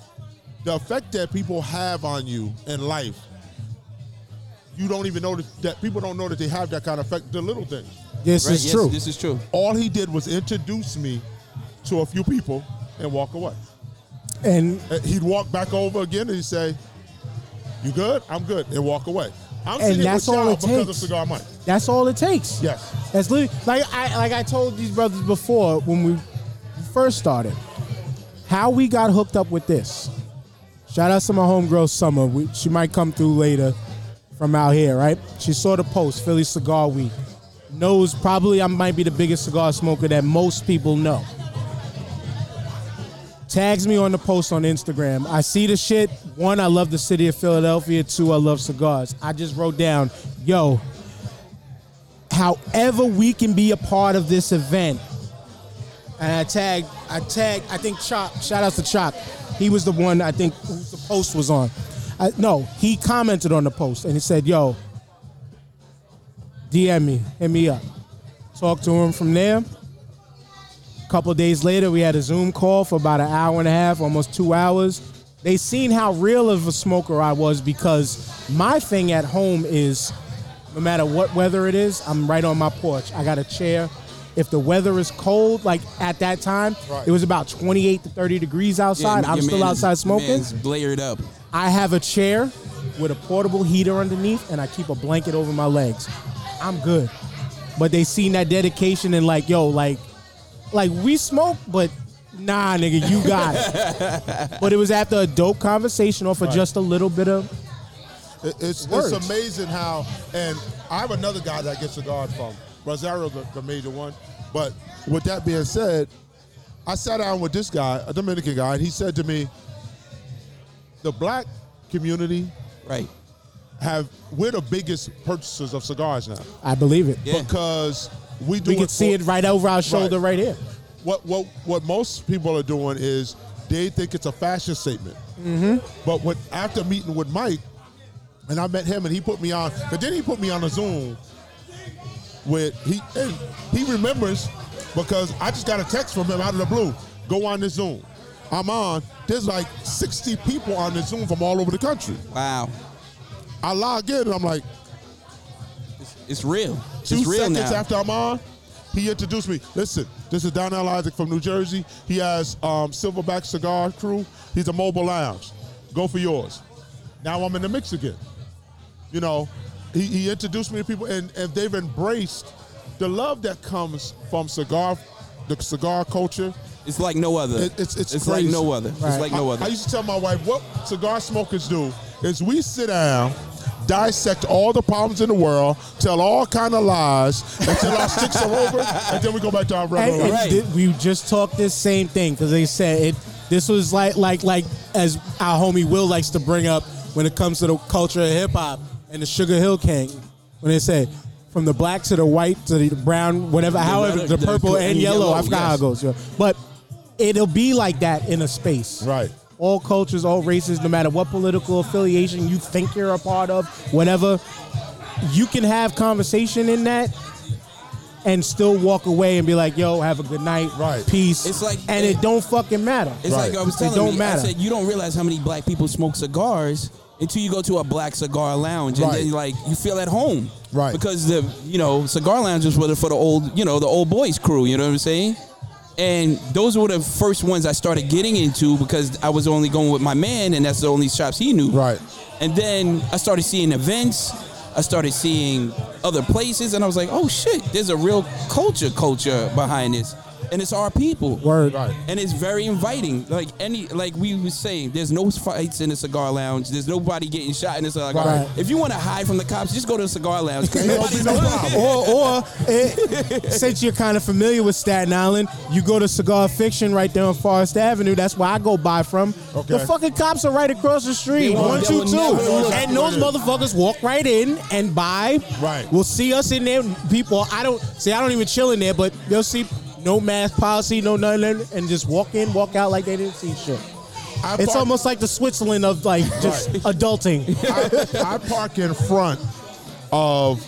S5: the effect that people have on you in life, you don't even know that, that people don't know that they have that kind of effect, the little things.
S3: This
S4: Right,
S3: is
S4: yes,
S3: true.
S4: This is true.
S5: All he did was introduce me to a few people and walk away.
S3: and
S5: Uh, He'd walk back over again and he'd say, you good? I'm good, and walk away. I'm
S3: And
S5: sitting here
S3: that's
S5: with
S3: all
S5: y'all
S3: it
S5: because of
S3: takes.
S5: Cigar Mike.
S3: that's all it takes.
S5: Yes.
S3: That's literally like I like I told these brothers before when we first started. How we got hooked up with this. Shout out to my homegirl Summer. We, she might come through later from out here, right? She saw the post Philly Cigar Week. Knows probably I might be the biggest cigar smoker that most people know. Tags me on the post on Instagram. I see the shit. One, I love the city of Philadelphia. Two, I love cigars. I just wrote down, yo, however we can be a part of this event. And I tagged, I tagged, I think Chop, shout out to Chop. He was the one I think who the post was on. I, no, he commented on the post and he said, yo, DM me, hit me up. Talk to him from there. A couple days later, we had a Zoom call for about an hour and a half, almost two hours. They seen how real of a smoker I was because my thing at home is no matter what weather it is, I'm right on my porch. I got a chair. If the weather is cold, like at that time,
S5: Right.
S3: it was about 28 to 30 degrees outside.
S4: Yeah,
S3: I'm
S4: your
S3: still
S4: man is-
S3: outside
S4: your
S3: smoking.
S4: Man's blared up.
S3: I have a chair with a portable heater underneath, and I keep a blanket over my legs. I'm good. But they seen that dedication and like, yo, like, like we smoke, but nah, nigga, you got it.
S5: <laughs>
S3: but it was after a dope conversation or for just a little bit of
S5: It- It's, it's
S3: Words.
S5: amazing how, and I have another guy that I get cigars from. Rosario, the, the major one. But with that being said, I sat down with this guy, a Dominican guy, and he said to me, the black community
S4: Right.
S5: have we're the biggest purchasers of cigars now
S3: I believe it.
S4: Yeah.
S5: because we do
S3: We
S5: it
S3: can
S5: for-
S3: see it right over our shoulder right, here.
S5: What what what most people are doing is they think it's a fashion statement. But what after meeting with Mike, and I met him, and he put me on, but then he put me on a Zoom with he and he remembers because I just got a text from him out of the blue. Go on this Zoom. I'm on. There's like 60 people on this Zoom from all over the country.
S4: Wow.
S5: I log in and I'm like,
S4: It's real.
S5: two
S4: it's real
S5: seconds
S4: now.
S5: after I'm on, he introduced me. Listen, this is Donnell Isaac from New Jersey. He has um, Silverback Cigar Crew. He's a mobile lounge. Go for yours. Now I'm in the mix again. You know, he, he introduced me to people, and, and they've embraced the love that comes from cigar, the cigar culture.
S4: it's like no other.
S5: It- it's- it's
S4: like
S5: crazy.
S4: no other. It's
S3: Right.
S4: like no
S5: I-
S4: other.
S5: I, used to tell my wife what cigar smokers do is we sit down, dissect all the problems in the world, tell all kind of lies until our sticks are over, and then we go back to our
S3: And,
S5: regular.
S3: and
S5: life.
S4: Right.
S3: did- we just talked this same thing because they said it. This was like like like as our homie Will likes to bring up when it comes to the culture of hip hop and the Sugar Hill King when they say from the black to the white to the brown whatever however
S4: leather-
S3: the
S4: the
S3: purple
S4: gr-
S3: and
S4: and
S3: yellow,
S4: yellow,
S3: I forgot how
S4: yes.
S3: it goes yeah. but it'll be like that in a space
S5: Right.
S3: all cultures all races no matter what political affiliation you think you're a part of whatever you can have conversation in that and still walk away and be like, "Yo, have a good night,
S5: Right.
S3: peace."
S4: It's like-
S3: and it, don't fucking matter.
S4: It's
S5: Right.
S4: like I was
S3: It
S4: telling
S3: don't
S4: you.
S3: matter.
S4: I said you don't realize how many black people smoke cigars until you go to a black cigar lounge, and
S5: Right.
S4: then like you feel at home,
S5: Right.
S4: Because the you know cigar lounges were the- for the old you know the old boys crew. You know what I'm saying? And those were the first ones I started getting into because I was only going with my man, and that's the only shops he knew.
S5: Right.
S4: And then I started seeing events. I started seeing other places, and I was like, "Oh shit! There's a real culture, culture behind this, and it's our people."
S3: Word.
S5: Right.
S4: and it's very inviting. Like any, like we was saying, there's no fights in the cigar lounge. There's nobody getting shot in the cigar
S3: Right.
S4: lounge. If you want to hide from the cops, just go to the cigar lounge. 'cause
S5: Ain't gonna
S4: nobody's
S5: be no
S4: gonna-
S5: problem.
S3: or, or it, since you're kind of familiar with Staten Island, you go to Cigar Fiction right there on Forest Avenue. That's where I go by from.
S5: Okay.
S3: The fucking cops are right across the street,
S4: They will-
S3: one,
S4: they
S3: two,
S4: will
S3: two,
S4: never
S5: look.
S3: and those motherfuckers walk right in and buy.
S5: Right.
S3: will see us in there. People, I don't see. I don't even chill in there, but they'll see no mask policy, no nothing, and just walk in, walk out like they didn't see shit.
S5: I
S3: It's
S5: park-
S3: almost like the Switzerland of like just adulting.
S5: I, I park in front of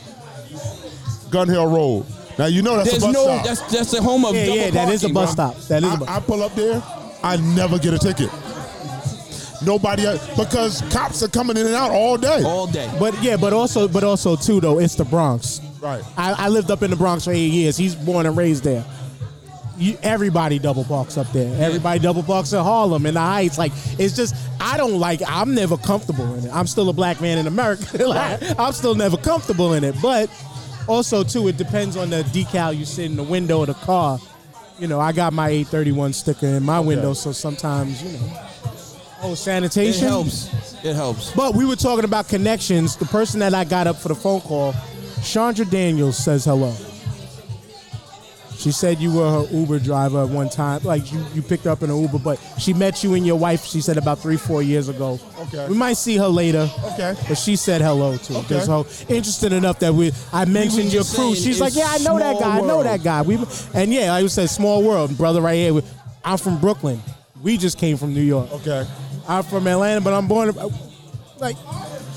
S5: Gun Hill Road. Now you know that's
S4: There's
S5: a bus
S4: no.
S5: stop.
S4: That's that's the home of.
S3: Yeah,
S4: double
S3: yeah, that is a
S4: parking,
S3: bus
S4: bro.
S3: stop. That is a bus.
S5: I, I pull up there, I never get a ticket. Nobody else, because cops are coming in and out all day.
S4: All day.
S3: But yeah, but also, but also too though, it's the Bronx.
S5: Right.
S3: I, I lived up in the Bronx for eight years. He's born and raised there. You, everybody double parks up there. Everybody double parks in Harlem and the Heights. Like it's just, I don't like. I'm never comfortable in it. I'm still a black man in America. <laughs> Like, I'm still never comfortable in it. But also too, it depends on the decal you sit in the window of the car. You know, I got my 831 sticker in my window, so sometimes you know, oh
S4: It
S3: sanitation
S4: helps. It helps.
S3: but we were talking about connections. The person that I got up for the phone call, Chandra Daniels, says hello. She said you were her Uber driver at one time. Like you, you picked her up in an Uber, but she met you and your wife, she said about three, four years ago.
S5: Okay.
S3: We might see her later.
S5: Okay.
S3: But she said hello to
S5: Okay.
S3: okay. So interested enough that we I mentioned your
S4: just
S3: crew.
S4: saying
S3: She's like,
S4: it's
S3: Yeah, I know that
S4: small
S3: guy, I know
S4: world.
S3: that guy. We and yeah, like you said, small world, brother right here. I'm from Brooklyn. We just came from New York.
S5: Okay.
S3: I'm from Atlanta, but I'm born like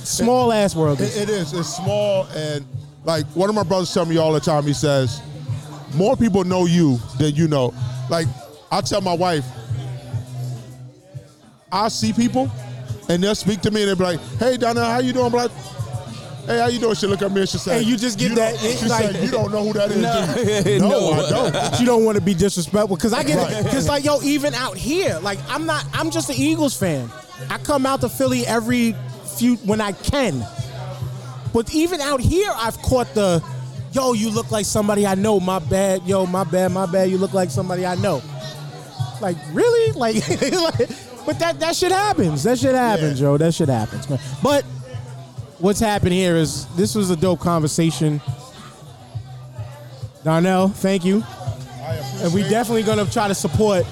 S3: small ass <laughs> world.
S5: It, it is. It's small and like one of my brothers tell me all the time. He says, "More people know you than you know." Like I tell my wife, I see people, and they'll speak to me and they'll be like, "Hey, Donna, how you doing?" I'm like, "Hey, how you doing?" She look at me and she say,
S3: Hey, you just get
S5: don't-
S3: that- it-
S5: <laughs> She
S3: like-
S5: said, "You don't know who that is." do you?"
S4: No.
S5: <laughs> no, I don't.
S3: But you don't want to be disrespectful because I get it.
S5: Right.
S3: Because like yo, even out here, like I'm not. I'm just an Eagles fan. I come out to Philly every few when I can. But even out here, I've caught the, yo, you look like somebody I know. My bad, yo, my bad, my bad. You look like somebody I know. Like really, like, <laughs> like- but that that shit happens. That shit happens,
S5: Yeah.
S3: yo. That shit happens, man. But what's happened here is this was a dope conversation. Darnell, thank you. <laughs> And we definitely gonna try to support.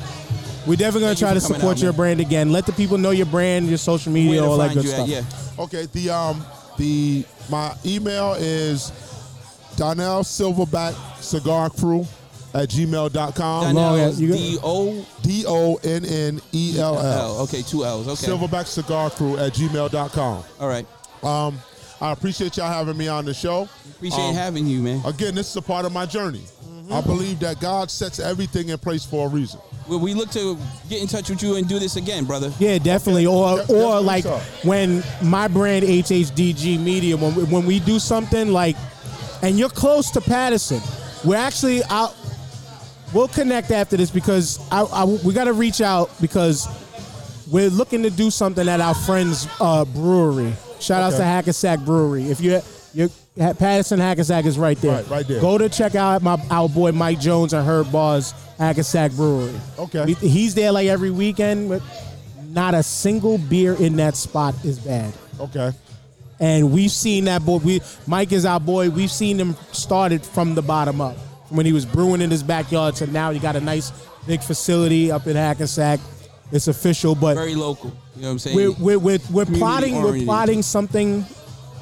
S3: We're definitely gonna
S4: Thank you
S3: try
S4: for
S3: to
S4: coming
S3: support
S4: out,
S3: your
S4: man.
S3: brand again. Let the people know your brand, your social media,
S4: Where to
S3: all that
S4: find
S3: good
S4: you
S3: stuff.
S4: at? Yeah.
S5: Okay, the um, The my email is Donnell Silverback Cigar Crew at gmail.com.
S3: Long
S4: Donnell
S3: ass- Oh, you got-
S4: D O
S5: D O N N E L
S4: L.
S5: L.
S4: Okay, two L's. Okay.
S5: Silverback Cigar Crew at gmail.com.
S4: All right.
S5: Um, I appreciate y'all having me on the show.
S4: Appreciate
S5: Um,
S4: having you, man.
S5: Again, this is a part of my journey.
S3: Mm-hmm.
S5: I believe that God sets everything in place for a reason.
S4: Well, we look to get in touch with you and do this again, brother.
S3: Yeah, definitely. Or
S5: Def-
S3: or
S5: definitely
S3: like
S5: so.
S3: when my brand HHDG Media when we, when we do something like, and you're close to Patterson, we're actually out. We'll connect after this because I, I we got to reach out because we're looking to do something at our friend's uh, brewery. Shout outs
S5: Okay.
S3: to Hackensack Brewery. If you you Patterson Hackensack is right there.
S5: Right, right there.
S3: Go to check out my our boy Mike Jones and Herb Bars Hackensack Brewery.
S5: Okay.
S3: We- he's there like every weekend, but not a single beer in that spot is bad.
S5: Okay.
S3: And we've seen that boy. We Mike is our boy. We've seen him started from the bottom up, when he was brewing in his backyard to now he got a nice big facility up in Hackensack. It's official, but
S4: Very local. You know what I'm saying?
S3: we're we're we're, we're
S4: Community
S3: plotting we're
S4: oriented.
S3: plotting something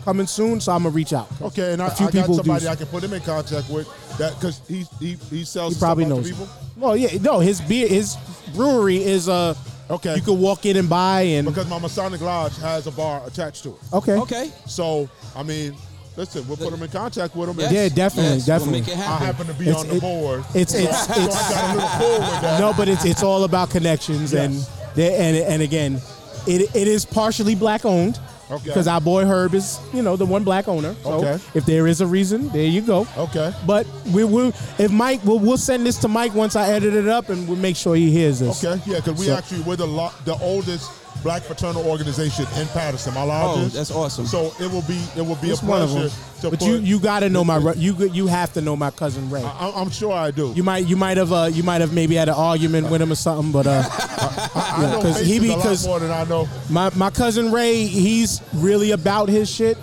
S3: coming soon. So I'm gonna reach out.
S5: Okay, and I,
S3: A few
S5: I got
S3: people do
S5: somebody
S3: so.
S5: I can put him in contact with that because he, he he sells
S3: He probably
S5: stuff out
S3: knows.
S5: to people.
S3: Well, yeah, no, his beer, his brewery is uh
S5: Okay.
S3: You can walk in and buy and
S5: Because my Masonic Lodge has a bar attached to it.
S3: okay,
S4: okay.
S5: So I mean, listen, we'll put him in contact with him.
S4: Yes,
S3: Yeah, definitely,
S4: yes, we'll
S3: definitely.
S4: make it
S5: I
S4: happen.
S5: happen to be
S3: It's-
S5: on the
S3: it-
S5: board.
S3: it's-
S5: so
S3: it's-
S5: so
S3: it's-
S5: <laughs> I got a little pull with that.
S3: No, but it's it's all about connections
S5: Yes.
S3: and the- and and again, it it is partially black owned.
S5: Okay.
S3: Because our boy Herb is, you know, the one black owner. So
S5: Okay.
S3: if there is a reason, there you go.
S5: Okay.
S3: But we will if Mike we'll, we'll send this to Mike once I edit it up and we'll make sure he hears this.
S5: Okay, yeah, because we
S3: So-
S5: actually we're the lo- the oldest black fraternal organization in Patterson. My lodge
S4: Oh,
S5: is.
S4: that's awesome.
S5: So it will be it will be
S3: It's
S5: a
S3: one of
S5: pleasure
S3: them.
S5: to
S3: But
S5: put.
S3: you you got to know my ru- you you have to know my cousin Ray.
S5: I, I'm sure I do.
S3: You might you might have uh, you might have maybe had an argument with him or something, but uh,
S5: I, I know
S3: because he
S5: faces
S3: be-
S5: a lot
S3: because-
S5: more than I know.
S3: my my cousin Ray, he's really about his shit,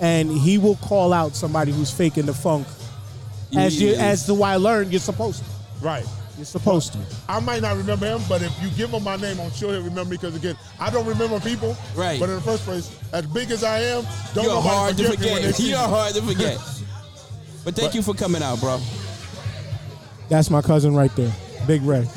S3: and he will call out somebody who's faking the funk. As you
S4: Yeah.
S3: as the I learned, you're supposed to.
S5: Right.
S3: You're supposed to.
S5: I might not remember him, but if you give him my name, I'm sure he'll remember me. Because again, I don't remember people.
S4: Right.
S5: But in the first place, as big as I am, don't
S4: You're
S5: nobody
S4: hard to
S5: forget me when they
S4: forget.
S5: see
S4: You're
S5: me.
S4: hard to
S3: <laughs>
S4: forget. But thank
S5: But-
S4: you for coming out, bro.
S3: That's my cousin right there, Big Ray.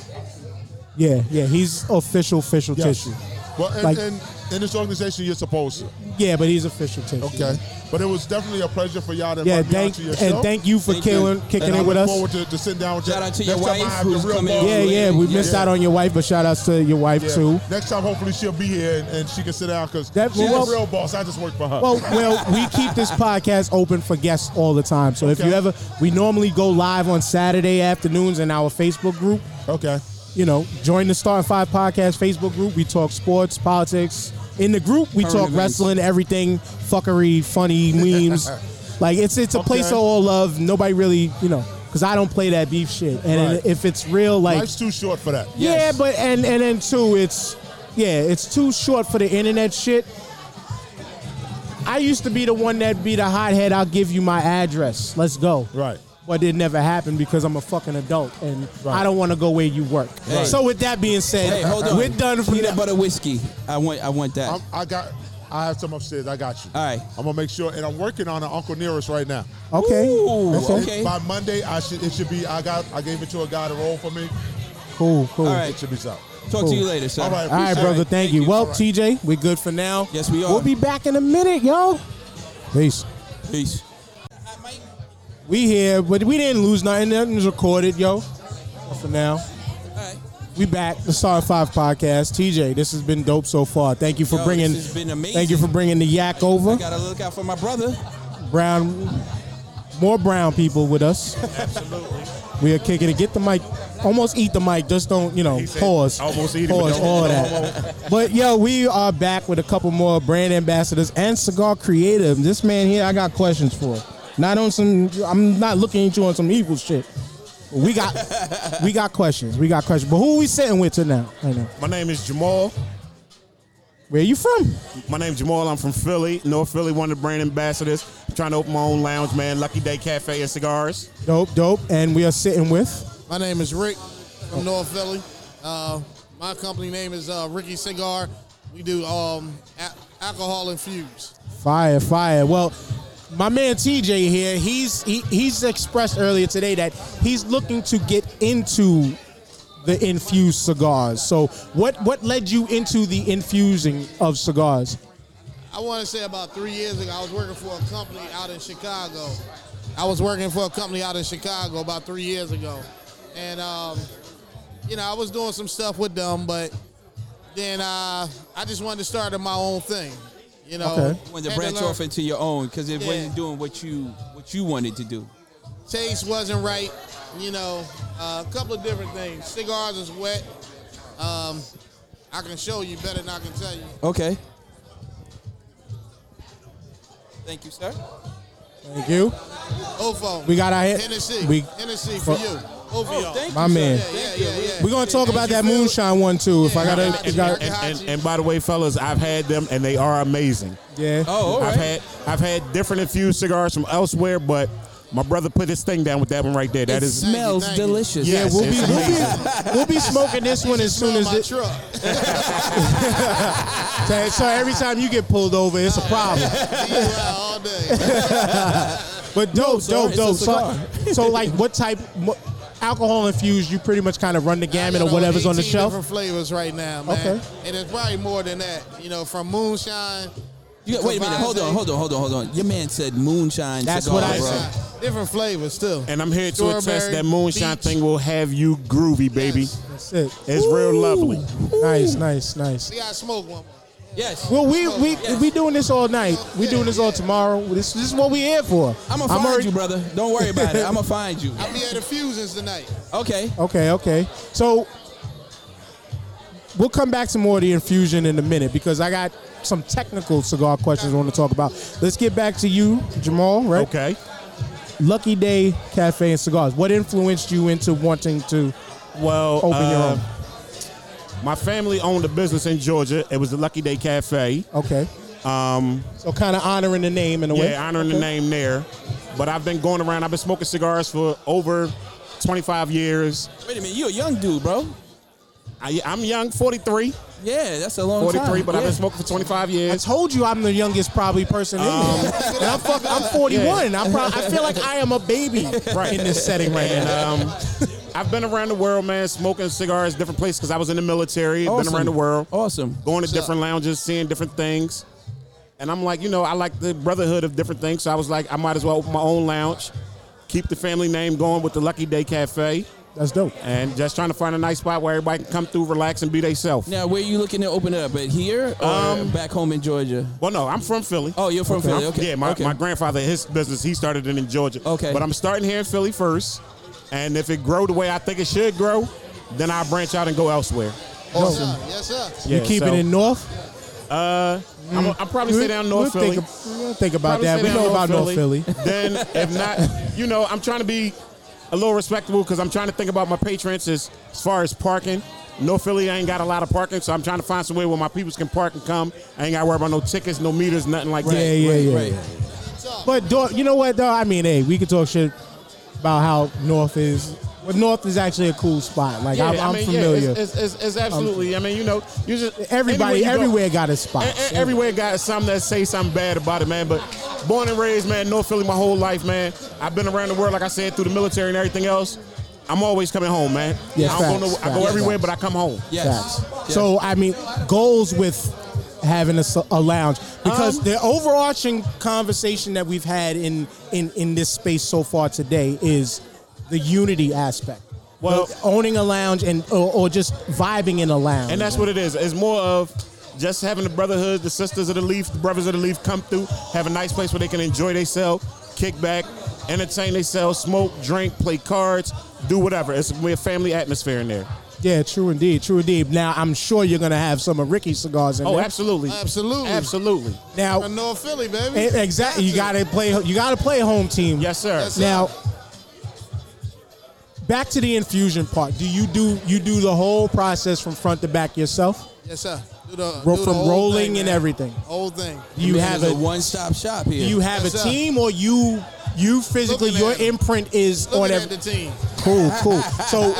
S3: Yeah, yeah, he's official, official
S5: Yes.
S3: tissue.
S5: Well, and,
S3: Like-
S5: and in this organization, you're supposed to.
S3: Yeah, but he's official tissue.
S5: Okay. But it was definitely a pleasure for y'all to
S3: Yeah,
S5: invite me
S3: thank
S5: onto your show.
S3: and thank you for
S4: Thank you.
S3: killing,
S5: And
S3: kicking
S5: I
S3: it
S5: look
S3: with us.
S5: forward to, to sitting down with
S4: Shout
S5: you.
S4: out to your
S5: Next time I
S4: wife
S5: have the
S4: who's
S5: real
S4: coming
S5: ball.
S3: Yeah, yeah, we
S4: Yeah.
S3: missed out on your wife, but shout outs to your wife
S5: Yeah.
S3: too.
S5: Next time, hopefully she'll be here and, and she can sit down because
S3: That-
S5: she's
S3: well-
S5: a real boss. I just work for her.
S3: Well, well, we keep this podcast open for guests all the time. So if
S5: Okay.
S3: you ever, we normally go live on Saturday afternoons in our Facebook group.
S5: okay.
S3: You know, join the Star Five Podcast Facebook group. We talk sports, politics. In the group, we
S4: Current
S3: talk
S4: events.
S3: wrestling, everything, fuckery,
S5: <laughs>
S3: funny memes. like it's it's a place
S5: Okay.
S3: of all love. Nobody really, you know, because I don't play that beef shit. And
S5: Right.
S3: if it's real, like
S5: Life's too short for that.
S3: yeah,
S4: Yes.
S3: but and and then too, it's yeah, it's too short for the internet shit. I used to be the one that be the hothead. I'll give you my address. Let's go.
S5: Right.
S3: But it never happened because I'm a fucking adult and
S5: Right.
S3: I don't want to go where you work.
S4: Hey.
S3: So with that being said,
S4: Hey, hold on.
S3: we're done for
S4: peanut
S3: now.
S4: butter whiskey. I want. I want that.
S5: I'm, I got. I have some upstairs. I got you.
S4: All right.
S5: I'm gonna make sure, and I'm working on an Uncle Nearest right now.
S3: Okay.
S4: Ooh,
S3: okay.
S4: okay.
S5: By Monday, I should. It should be. I got. I gave it to a guy to roll for me.
S3: Cool. Cool.
S4: All right.
S5: It should be so.
S4: Talk to you later, sir.
S5: All right.
S3: All right,
S5: Appreciate
S3: brother.
S4: it.
S3: Thank,
S4: Thank
S3: you.
S4: you.
S3: Well,
S4: All right.
S3: TJ, we're good for now.
S4: Yes, we are.
S3: We'll be back in a minute, yo. Peace.
S4: Peace.
S3: We here, but we didn't lose nothing. Nothing's recorded, yo. For now.
S4: All right.
S3: We back the Star Five podcast. TJ, this has been dope so far. Thank you for
S4: Yo,
S3: bringing.
S4: this has been amazing.
S3: Thank you for bringing the yak over.
S4: I gotta look out for my brother.
S3: brown, more brown people with us. <laughs> We are kicking it. Get the mic. Almost eat the mic. Just don't, you know,
S6: said
S3: pause.
S6: almost eat it, but
S3: Pause,
S6: don't-
S3: all of
S6: don't <laughs>
S3: that. But yo, we are back with a couple more brand ambassadors and cigar creative. This man here, I got questions for. Not on some, I'm not looking at you on some evil shit. We got, we got questions. We got questions. But who we sitting with tonight? Right now,
S6: My name is Jamal.
S3: where you from?
S6: My name's Jamal. I'm from Philly, North Philly, one of the brand ambassadors. I'm trying to open my own lounge, man. Lucky Day Cafe and Cigars.
S3: Dope, dope. And we are sitting with.
S7: My name is Rick from North Philly. Uh, my company name is uh, Ricky Cigar. We do um, a- alcohol infused.
S3: Fire, fire. Well, my man TJ here, he's he, he's expressed earlier today that he's looking to get into the infused cigars. So, what what led you into the infusing of cigars?
S7: I want to say about three years ago, I was working for a company out in Chicago. I was working for a company out in Chicago about three years ago, and um, you know I was doing some stuff with them, but then uh, I just wanted to start my own thing. You know,
S3: Okay.
S4: You wanted to
S7: Had to
S4: branch
S7: learn-
S4: off into your own because it
S7: Yeah.
S4: wasn't doing what you what you wanted to do.
S7: taste wasn't right. You know, uh, a couple of different things. Cigars is wet. Um, I can show you better than I can tell you.
S4: Okay. Thank you, sir.
S3: Thank you.
S7: Ofo.
S3: We got our head-
S7: Hennessy.
S3: we-
S7: Hennessy for,
S3: for-
S7: you. Ofo.
S4: Oh, thank
S3: My
S4: you,
S3: man.
S7: Yeah,
S4: sir.
S7: yeah,
S4: Thank
S7: yeah,
S4: you.
S7: yeah.
S3: We're going to talk
S7: Thank
S3: about
S7: you,
S3: that
S7: Phil.
S3: moonshine one too if I got
S7: Yeah,
S3: to got
S7: yeah.
S6: And, and, and by the way, fellas, I've had them and they are amazing.
S3: yeah.
S4: Oh, all
S6: I've
S4: right.
S6: had I've had different infused cigars from elsewhere, but my brother put his thing down with that one right there. That
S4: it
S6: is
S4: smells
S7: thank you.
S4: delicious.
S3: Yeah,
S6: Yes,
S3: we'll be,
S6: it's
S3: we'll be we'll be smoking this one as soon
S7: Smell
S3: as
S7: my
S3: it, <laughs>
S7: truck.
S3: so- so every time you get pulled over, it's a problem.
S7: DUI all day.
S3: <laughs> But dope,
S4: sir,
S3: dope,
S4: it's a
S3: dope.
S4: cigar.
S3: So, so like, what type mo- alcohol infused? You pretty much kind of run the gamut
S7: I
S3: or
S7: got
S3: whatever's on the
S7: 18
S3: shelf.
S7: Different flavors right now, man.
S3: Okay.
S7: And there's probably more than that. You know, from moonshine.
S4: You got- wait a minute. Hold on. Hold on. Hold on. Hold on. Your man said moonshine.
S3: That's
S4: cigar,
S3: what I
S4: bro.
S3: said.
S7: Different flavors too.
S6: and I'm here to attest
S7: Strawberry,
S6: that moonshine
S7: peach.
S6: thing will have you groovy, baby.
S7: Yes.
S3: That's it.
S6: It's real lovely.
S3: Nice, nice, nice.
S7: We gotta smoke one. more.
S4: Yes.
S3: Well, we we we doing this all night. We doing this all tomorrow. This, this is what we here for.
S4: I'm gonna find
S3: already-
S4: you, brother. Don't worry about it. I'm gonna
S3: <laughs>
S4: find you.
S7: I'll be at the fusions tonight.
S4: Okay.
S3: Okay, okay. So we'll come back to more of the infusion in a minute because I got some technical cigar questions I want to talk about. Let's get back to you, Jamal. Right?
S6: Okay.
S3: Lucky Day Cafe and Cigars. What influenced you into wanting to
S6: Well,
S3: open your
S6: uh,
S3: own?
S6: My family owned a business in Georgia. It was the Lucky Day Cafe.
S3: Okay.
S6: Um,
S3: So kind of honoring the name in a way.
S6: yeah, honoring the
S3: Okay.
S6: name there. But I've been going around. I've been smoking cigars for over 25 years.
S4: Wait a minute. You a young dude, bro?
S6: I, I'm young, 43,
S4: Yeah, that's a long
S6: 43,
S4: time.
S6: but I've
S4: Yeah.
S6: been smoking for 25
S3: I
S6: years.
S3: told you I'm the youngest probably person in
S6: Um,
S3: here. And I'm, fuck,
S6: <laughs>
S3: I'm 41. I'm prob- I feel like I am a baby
S6: Right.
S3: in this setting <laughs> right
S6: And
S3: now.
S6: um, I've been around the world, man, smoking cigars, different places because I was in the military. Been
S4: Awesome.
S6: around the world,
S4: Awesome.
S6: going to different lounges, seeing different things. And I'm like, you know, I like the brotherhood of different things. So I was like, I might as well open my own lounge, keep the family name going with the Lucky Day Cafe,
S3: That's dope.
S6: and just trying to find a nice spot where everybody can come through, relax, and be themselves.
S4: Now, where you looking to open it up? At here or
S3: Um,
S4: back home in Georgia?
S6: Well, no, I'm from Philly.
S4: Oh, you're from Philly.
S6: I'm-
S4: Okay.
S6: Yeah, my,
S4: okay.
S6: my grandfather, his business, he started it in Georgia.
S4: Okay.
S6: But I'm starting here in Philly first, and if it grow the way I think it should grow, then I'll branch out and go elsewhere.
S7: Yes, sir. Yes, sir.
S3: you keeping
S6: so-
S3: it north?
S6: I'm, I'll probably stay down North
S3: we'll
S6: Philly.
S3: Think, ab- we'll think about
S6: Probably
S3: that.
S6: stay
S3: We
S6: down
S3: know about North Philly.
S6: <laughs> then, if not, you know, I'm trying to be a little respectable because I'm trying to think about my patrons as, as far as parking. North Philly, I ain't got a lot of parking, so I'm trying to find some way where my peoples can park and come. I ain't got to worry about no tickets, no meters, nothing like
S3: Yeah,
S6: that.
S3: yeah, yeah.
S4: right.
S3: yeah. But do- you know what though? I mean, hey, we could talk shit about how North is. But North is actually a cool spot. Like I'm,
S6: Yeah,
S3: I'm
S6: I mean,
S3: familiar.
S6: Yeah, it's, it's, it's, it's absolutely. I mean, you know, you just
S3: Everybody,
S6: anywhere you go-
S3: everywhere got a spot.
S6: E- e- Everywhere got some that say something bad about it, man. But born and raised, man, North Philly my whole life, man. I've been around the world, like I said, through the military and everything else. I'm always coming home, man.
S3: Yeah,
S6: I, don't go
S3: facts,
S6: no- I go
S3: facts,
S6: everywhere,
S3: facts.
S6: but I come home.
S4: Yes.
S3: Facts.
S4: Yes.
S3: So I mean, goals with having a, s- a lounge because
S6: Um,
S3: the overarching conversation that we've had in in in this space so far today is the unity aspect.
S6: Well-
S3: The owning a lounge and or, or just vibing in a lounge.
S6: And that's what it is. It's more of just having the brotherhood, the sisters of the leaf, the brothers of the leaf come through, have a nice place where they can enjoy themselves, kick back, entertain themselves, smoke, drink, play cards, do whatever. It's a family atmosphere in there.
S3: yeah, true indeed, true indeed. Now I'm sure you're gonna have some of Ricky's cigars in
S6: Oh,
S3: there.
S6: absolutely.
S7: Absolutely.
S6: Absolutely.
S3: Now
S7: From North Philly, baby.
S3: E- Exactly. You gotta play. You gotta play home team.
S6: Yes, sir.
S7: Yes, sir.
S3: Now, back to the infusion part. Do you do you do the whole process from front to back yourself?
S7: Yes, sir. Do the,
S3: Ro-
S7: do the
S3: from
S7: whole
S3: rolling
S7: thing,
S3: and
S7: man.
S3: everything.
S7: Whole thing.
S3: Do you
S4: Man,
S3: have
S4: it's
S3: a
S4: a one-stop shop
S3: do
S4: here.
S3: you have
S7: Yes,
S3: a
S7: sir.
S3: team or you you physically
S7: Looking
S3: your
S7: at 'em.
S3: imprint is
S7: Look
S3: on
S7: at <laughs>
S3: every
S7: the team.
S3: cool cool. So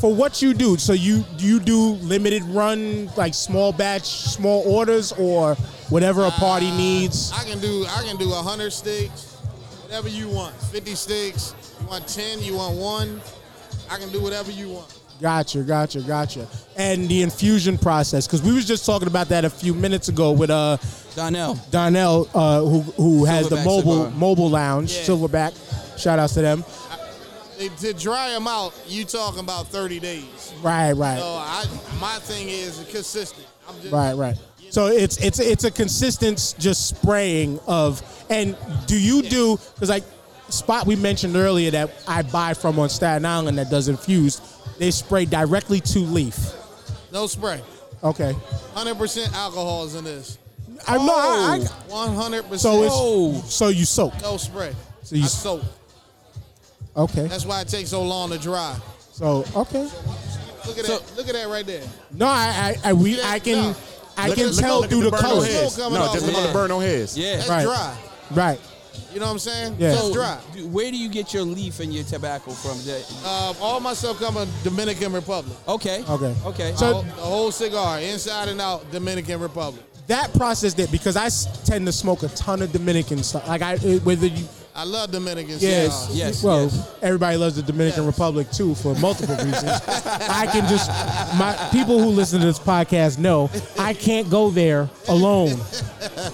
S3: for what you do, so you you do limited run, like small batch, small orders, or whatever a party needs.
S7: Uh, I can do I can do hundred sticks, whatever you want. Fifty sticks. You want ten? You want one? I can do whatever you want.
S3: Gotcha, gotcha, gotcha. And the infusion process, because we was just talking about that a few minutes ago with uh
S4: Donnell.
S3: Donnell, uh, who who has the
S4: Silverback
S3: mobile
S4: cigar.
S3: mobile lounge,
S7: Yeah.
S3: Silverback. Shout outs to them.
S7: They- To dry them out, you talking about thirty days.
S3: Right, right,
S7: So I my thing is consistent. I'm just
S3: right, right. So it's it's it's a consistent s- just spraying of. And do you do because like spot we mentioned earlier that I buy from on Staten Island that does infused, they spray directly to leaf.
S7: no spray.
S3: Okay,
S7: Hundred percent alcohol is in this.
S3: I know.
S7: Oh.
S3: I, I,
S7: One hundred percent.
S3: so
S4: Oh.
S3: it's so you soak.
S7: no spray.
S3: So you
S7: I
S3: s-
S7: soak.
S3: Okay,
S7: That's why it takes so long to dry.
S3: so okay.
S7: Look at
S4: So-
S7: that. Look at that right there.
S3: No, I, I, I we,
S7: Yeah,
S3: I can,
S7: no.
S3: I
S6: Look
S3: can
S6: at- look-
S3: tell
S6: look at
S3: through the
S6: burnt
S7: burn-on
S3: colors.
S7: head.
S6: heads.
S7: Smoke coming
S6: No,
S7: off.
S6: just look at
S4: Yeah.
S6: the burn on heads.
S4: Yeah.
S7: That's
S3: Right.
S7: dry.
S3: Right.
S7: You know what I'm saying?
S3: Yeah.
S7: That's
S4: So,
S7: dry.
S4: d- Where do you get your leaf and your tobacco from? The-
S7: Um, all my stuff come in Dominican Republic.
S4: Okay.
S3: Okay.
S4: Okay.
S3: So-
S7: the whole cigar, inside and out, Dominican Republic.
S3: That process that because I s- tend to smoke a ton of Dominican stuff. Like I, it- whether you,
S7: I love Dominican
S3: yes,
S7: cigars.
S4: Yes,
S3: well,
S4: yes.
S3: everybody loves the Dominican Republic too for multiple
S4: <laughs>
S3: reasons. I can just, my people who listen to this podcast know I can't go there alone.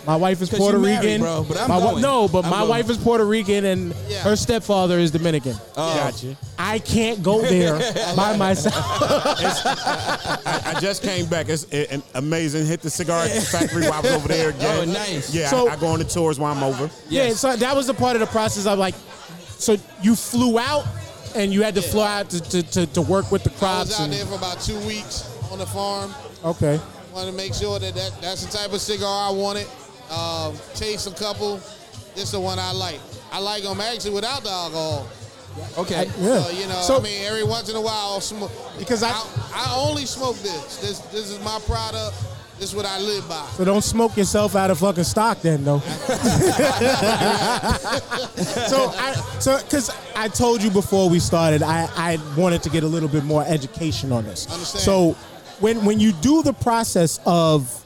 S3: My wife is
S4: 'Cause
S3: Puerto
S4: you married,
S3: Rican.
S4: bro, but I'm
S3: my, wi-
S4: going.
S3: No, but
S4: I'm
S3: my
S4: going.
S3: wife is Puerto Rican and
S7: Yeah.
S3: her stepfather is Dominican.
S4: Oh,
S7: Uh,
S6: Gotcha.
S3: I can't go
S4: <laughs>
S3: there by myself.
S6: I, I just came back. It's a- an amazing hit the cigar factory while I was over there
S4: <laughs>
S6: again.
S4: Oh, nice.
S6: Yeah,
S3: So-
S6: I, I go on the tours while I'm over.
S3: Yeah,
S4: Yes.
S3: so that was the part of the process. I'm like, so you flew out and you had to fly out to, to, to, to work with the
S7: I was
S3: crops.
S7: out
S3: And,
S7: there for about two weeks on the farm.
S3: okay,
S7: Wanted to make sure that, that that's the type of cigar I wanted. Um, taste a couple. This is the one I like. I like them actually without the alcohol.
S4: Okay.
S3: yeah.
S7: So, uh, you know,
S3: So-
S7: I mean, every once in a while, I'll smoke.
S3: Because I-
S7: I only smoke this. This this is my product. This is what I live by.
S3: so don't smoke yourself out of fucking stock then,
S7: <laughs>
S3: though. so I so because I told you before we started, I, I wanted to get a little bit more education on this.
S7: Understand.
S3: So when when you do the process of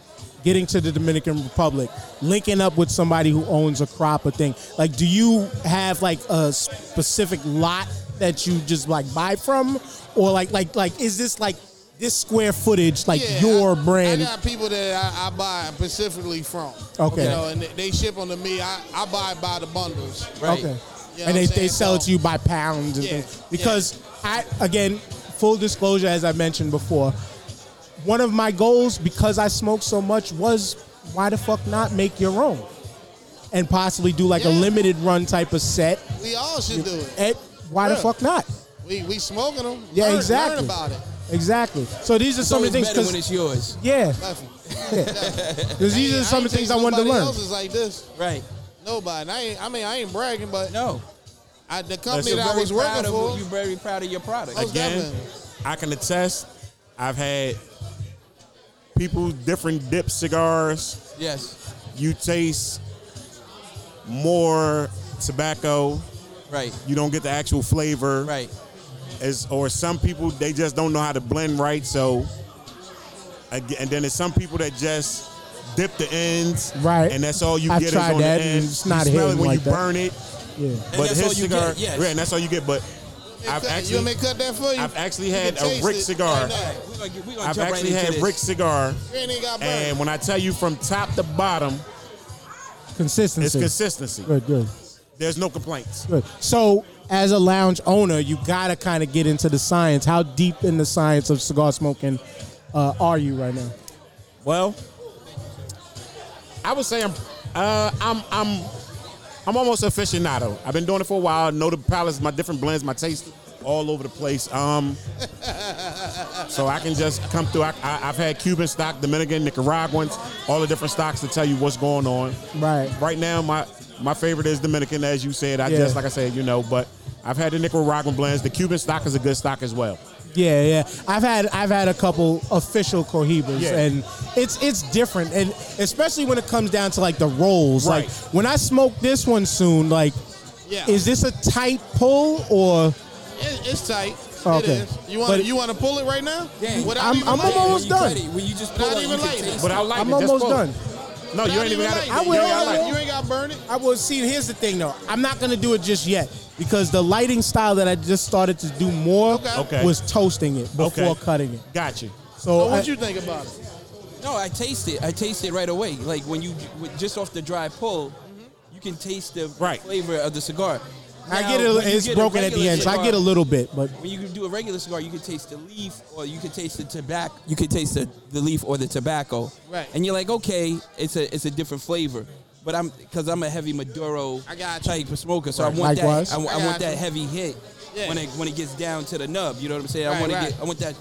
S3: getting to the Dominican Republic, linking up with somebody who owns a crop or thing, like do you have like a specific lot that you just like buy from, or like like like is this like this square footage like
S7: Yeah,
S3: your
S7: I-
S3: brand?
S7: I got people that I, I buy specifically from.
S3: Okay.
S7: You know, and they- they ship them to me. I, I buy by the bundles.
S4: Right.
S3: Okay.
S7: You know
S3: and
S7: what
S3: they,
S7: I'm
S3: they
S7: saying?
S3: sell it
S7: So-
S3: to you by pounds and
S7: Yeah,
S3: things. Because I again, full disclosure as I mentioned before, one of my goals because I smoked so much was why the fuck not make your own? And possibly do like a
S7: Yeah.
S3: limited run type of set.
S7: We all should do it.
S3: And why the
S7: Yeah.
S3: fuck not?
S7: We we smoking them.
S3: Yeah,
S7: learn,
S3: exactly.
S7: Learn about it.
S3: Exactly. So these are
S4: It's
S3: some of
S4: always
S3: the things
S4: better when
S3: 'cause-
S4: it's yours.
S3: yeah,
S7: Definitely.
S3: 'cause these are some of the things I wanted to learn.
S7: Else is like this.
S4: Right.
S7: Nobody. And I ain't, I mean, I ain't bragging, but
S4: No.
S7: I, the company
S6: You're
S7: that I
S6: very
S7: was
S4: Proud
S7: working
S4: of-
S7: for.
S4: You're very proud of your product.
S3: Oh.
S7: Most
S6: Again,
S7: definitely.
S6: I can attest. I've had people different dip cigars.
S4: Yes.
S6: you taste more tobacco.
S4: Right.
S6: You don't get the actual flavor.
S4: Right.
S6: As, or some people they just don't know how to blend right. So, ag- and then there's some people that just dip the ends.
S3: Right.
S6: And that's all you
S3: I've
S6: get
S3: tried
S6: is on
S3: that
S6: the
S3: and
S6: end.
S3: it's not
S6: you smell it
S3: hitting
S6: when
S3: like
S6: you
S3: that.
S6: burn it.
S3: Yeah.
S6: but
S4: that's all
S6: his
S4: you
S6: cigar,
S4: get, yes.
S6: yeah, and that's all you get. But
S7: Hey,
S6: I've
S7: cut- you
S6: actually,
S7: want me to cut that for you?
S6: I've actually
S7: You can
S6: had a
S7: taste
S6: Rick
S7: it
S6: cigar.
S7: right now.
S4: We're gonna, get- we gonna
S6: I've
S4: jump right
S6: actually
S4: into
S6: had
S4: this.
S6: Rick cigar,
S7: You ain't got burned.
S6: and when I tell you from top to bottom, it's
S3: Consistency.
S6: consistency.
S3: good, good.
S6: There's no complaints.
S3: Good. So, as a lounge owner, you gotta kind of get into the science. How deep in the science of cigar smoking uh, are you right now?
S6: Well, I would say I'm, uh, I'm, I'm, I'm almost aficionado. I've been doing it for a while. Know the palates, my different blends, my taste, all over the place.
S3: <laughs>
S6: Um, so I can just come through. I, I, I've had Cuban stock, Dominican, Nicaraguans, all the different stocks to tell you what's going on.
S3: Right.
S6: Right now, my my favorite is Dominican, as you said. I
S3: Yeah.
S6: just like I said, you know, but. I've had the Nicaraguan blends. The Cuban stock is a good stock as well.
S3: Yeah, yeah. I've had I've had a couple official cohibas,
S6: Yeah.
S3: and it's it's different, and especially when it comes down to like the rolls.
S6: Right.
S3: Like when I smoke this one soon, like
S7: Yeah.
S3: is this a tight pull or
S7: It, it's tight. It
S3: Okay.
S7: is. You want
S3: But-
S7: you want to pull it right now?
S8: Yeah.
S7: Without
S3: I'm-
S7: even
S3: I'm
S7: lighting?
S3: almost
S8: you
S3: done.
S8: cut it. When you just pull
S7: Not
S8: it,
S7: even
S8: you can
S7: lighting.
S8: taste
S6: But I like
S3: I'm
S6: it. Just
S3: almost
S6: pull it.
S3: done.
S6: No, you
S7: Not
S6: ain't even
S7: even
S6: got
S7: lighting.
S6: it.
S3: I
S6: You
S3: will.
S6: ain't gotta
S3: I
S6: light
S3: will.
S6: it.
S7: You ain't got to burn it.
S3: I will see. Here's the thing, though. I'm not gonna do it just yet because the lighting style that I just started to do more
S6: Okay.
S3: was toasting it before
S6: Okay.
S3: cutting it.
S6: Got you.
S3: So
S7: So
S3: I-
S7: what you think about it?
S4: No, I taste it. I taste it right away. Like when you with- just off the dry pull, you can taste the
S6: Right.
S4: flavor of the cigar.
S3: Mm-hmm. I
S4: Now,
S3: get it.
S4: when you
S3: It's
S4: get a
S3: broken at the
S4: regular
S3: end, so I
S4: cigar-
S3: get a little bit, but
S4: When you do a regular cigar, you can taste the leaf, or you can taste the tobacco. You can taste the, the leaf or the tobacco.
S7: Right.
S4: And you're like, okay, it's a it's a different flavor. But I'm because I'm a heavy Maduro
S7: I got you.
S4: type of smoker, so I
S3: Right.
S4: want
S3: Likewise.
S4: that. I, wa-
S7: I
S4: I want
S7: got you.
S4: that heavy hit
S7: Yeah.
S4: when it when it gets down to the nub. You know what I'm saying? I
S7: Right,
S4: want
S7: right.
S4: to get. I want that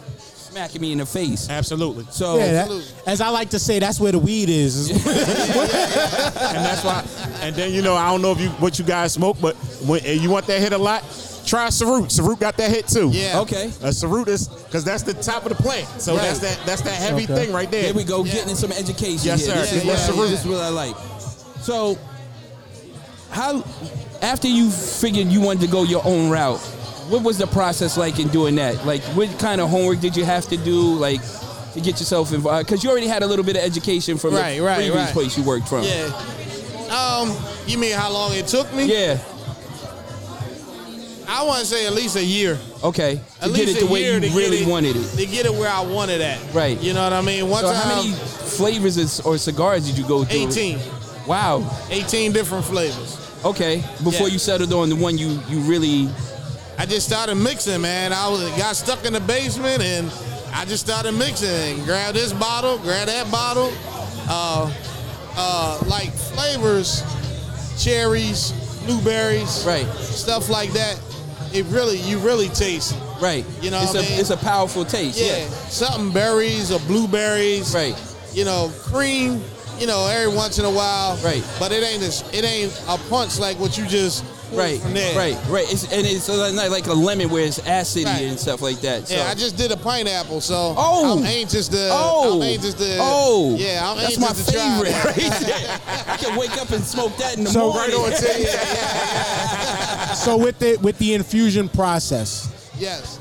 S4: smacking me in the face.
S6: Absolutely.
S4: So
S3: yeah, that-
S7: absolutely.
S3: as I like to say, that's where the weed is.
S6: and that's why. And then you know, I don't know if you what you guys smoke, but when and you want that hit a lot, try Sarut. Sarut got that hit too.
S7: Yeah.
S4: okay.
S6: A Sarut is because that's the top of the plant. So
S7: Right.
S6: that's that that's that heavy
S3: Okay.
S6: thing right there.
S4: Here we go,
S7: Yeah.
S4: getting some education.
S6: Yes,
S4: here.
S6: sir.
S4: This, is
S7: Yeah,
S4: what,
S7: yeah,
S4: this
S7: yeah.
S4: is what I like. So, how after you figured you wanted to go your own route, what was the process like in doing that? Like, what kind of homework did you have to do, like, to get yourself involved? Because you already had a little bit of education from
S7: Right,
S4: the
S7: right,
S4: previous
S7: right.
S4: place you worked from.
S7: Yeah. Um, you mean how long it took me?
S4: Yeah,
S7: I want to say at least a year.
S4: Okay.
S7: At
S4: to
S7: least
S4: get it the
S7: a
S4: way
S7: year
S4: you
S7: to get
S4: really wanted it.
S7: To get it where I wanted at.
S4: Right.
S7: You know what I mean? One
S4: So,
S7: time,
S4: how many flavors is- or cigars did you go through?
S7: 18.
S4: Wow.
S7: 18 different flavors.
S4: Okay. Before
S7: Yeah.
S4: you settled on the one you you really
S7: I just started mixing, man. I was got stuck in the basement and I just started mixing. Grab this bottle, grab that bottle. Uh, uh, like flavors, cherries, blueberries,
S4: right.
S7: stuff like that. It really, you really taste it.
S4: Right.
S7: You know
S4: it's
S7: what
S4: a
S7: I mean?
S4: it's a powerful taste.
S7: Yeah,
S4: Yeah.
S7: something berries or blueberries.
S4: Right.
S7: You know, cream. You know, every once in a while.
S4: Right.
S7: But it ain't this. It ain't a punch like what you just pulled
S4: Right.
S7: from there.
S4: Right. Right. It's and it's uh, not like a lemon where it's acidy
S7: Right.
S4: and stuff like that. So.
S7: Yeah, I just uh, did a pineapple, so
S4: Oh.
S7: I'm anxious to.
S4: Oh,
S7: I'm anxious to.
S4: oh,
S7: yeah, I'm
S4: that's
S7: anxious
S4: my
S7: to
S4: favorite.
S7: Try that.
S4: Right
S7: <laughs>
S4: there. I can wake up and smoke that in the
S3: So-
S4: morning.
S7: Yeah, yeah,
S3: so with the with the infusion process,
S7: yeah. Yes.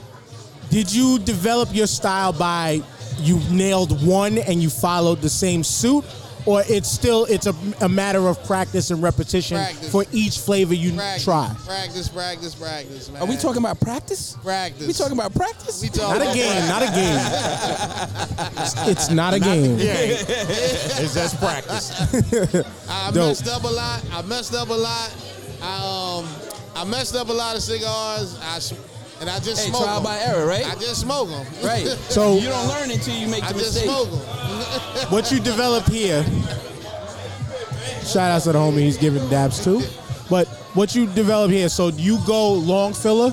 S3: did you develop your style by you nailed one and you followed the same suit, or it's still it's a, a matter of practice and repetition
S7: Practice.
S3: for each flavor you
S7: Practice,
S3: try?
S7: practice, practice, practice, man.
S4: Are we talking about practice?
S7: practice?
S4: We talking about practice?
S7: We talking
S3: Not a
S7: about
S3: game. Not a game. It's- It's not a game.
S4: <laughs>
S6: Yeah. it's just practice.
S7: I
S3: Dope.
S7: messed up a lot. I messed up a lot. I um, I messed up a lot of cigars. I s- and I just
S4: Hey,
S7: smoke
S4: trial
S7: 'em.
S4: by error, right?
S7: I just smoke them. <laughs>
S4: right. <laughs>
S3: So-
S4: you don't learn until you make
S7: I
S4: the
S7: just
S4: mistake.
S7: smoke 'em.
S3: what you develop here shout out to the homie he's giving dabs too but what you develop here so you go long filler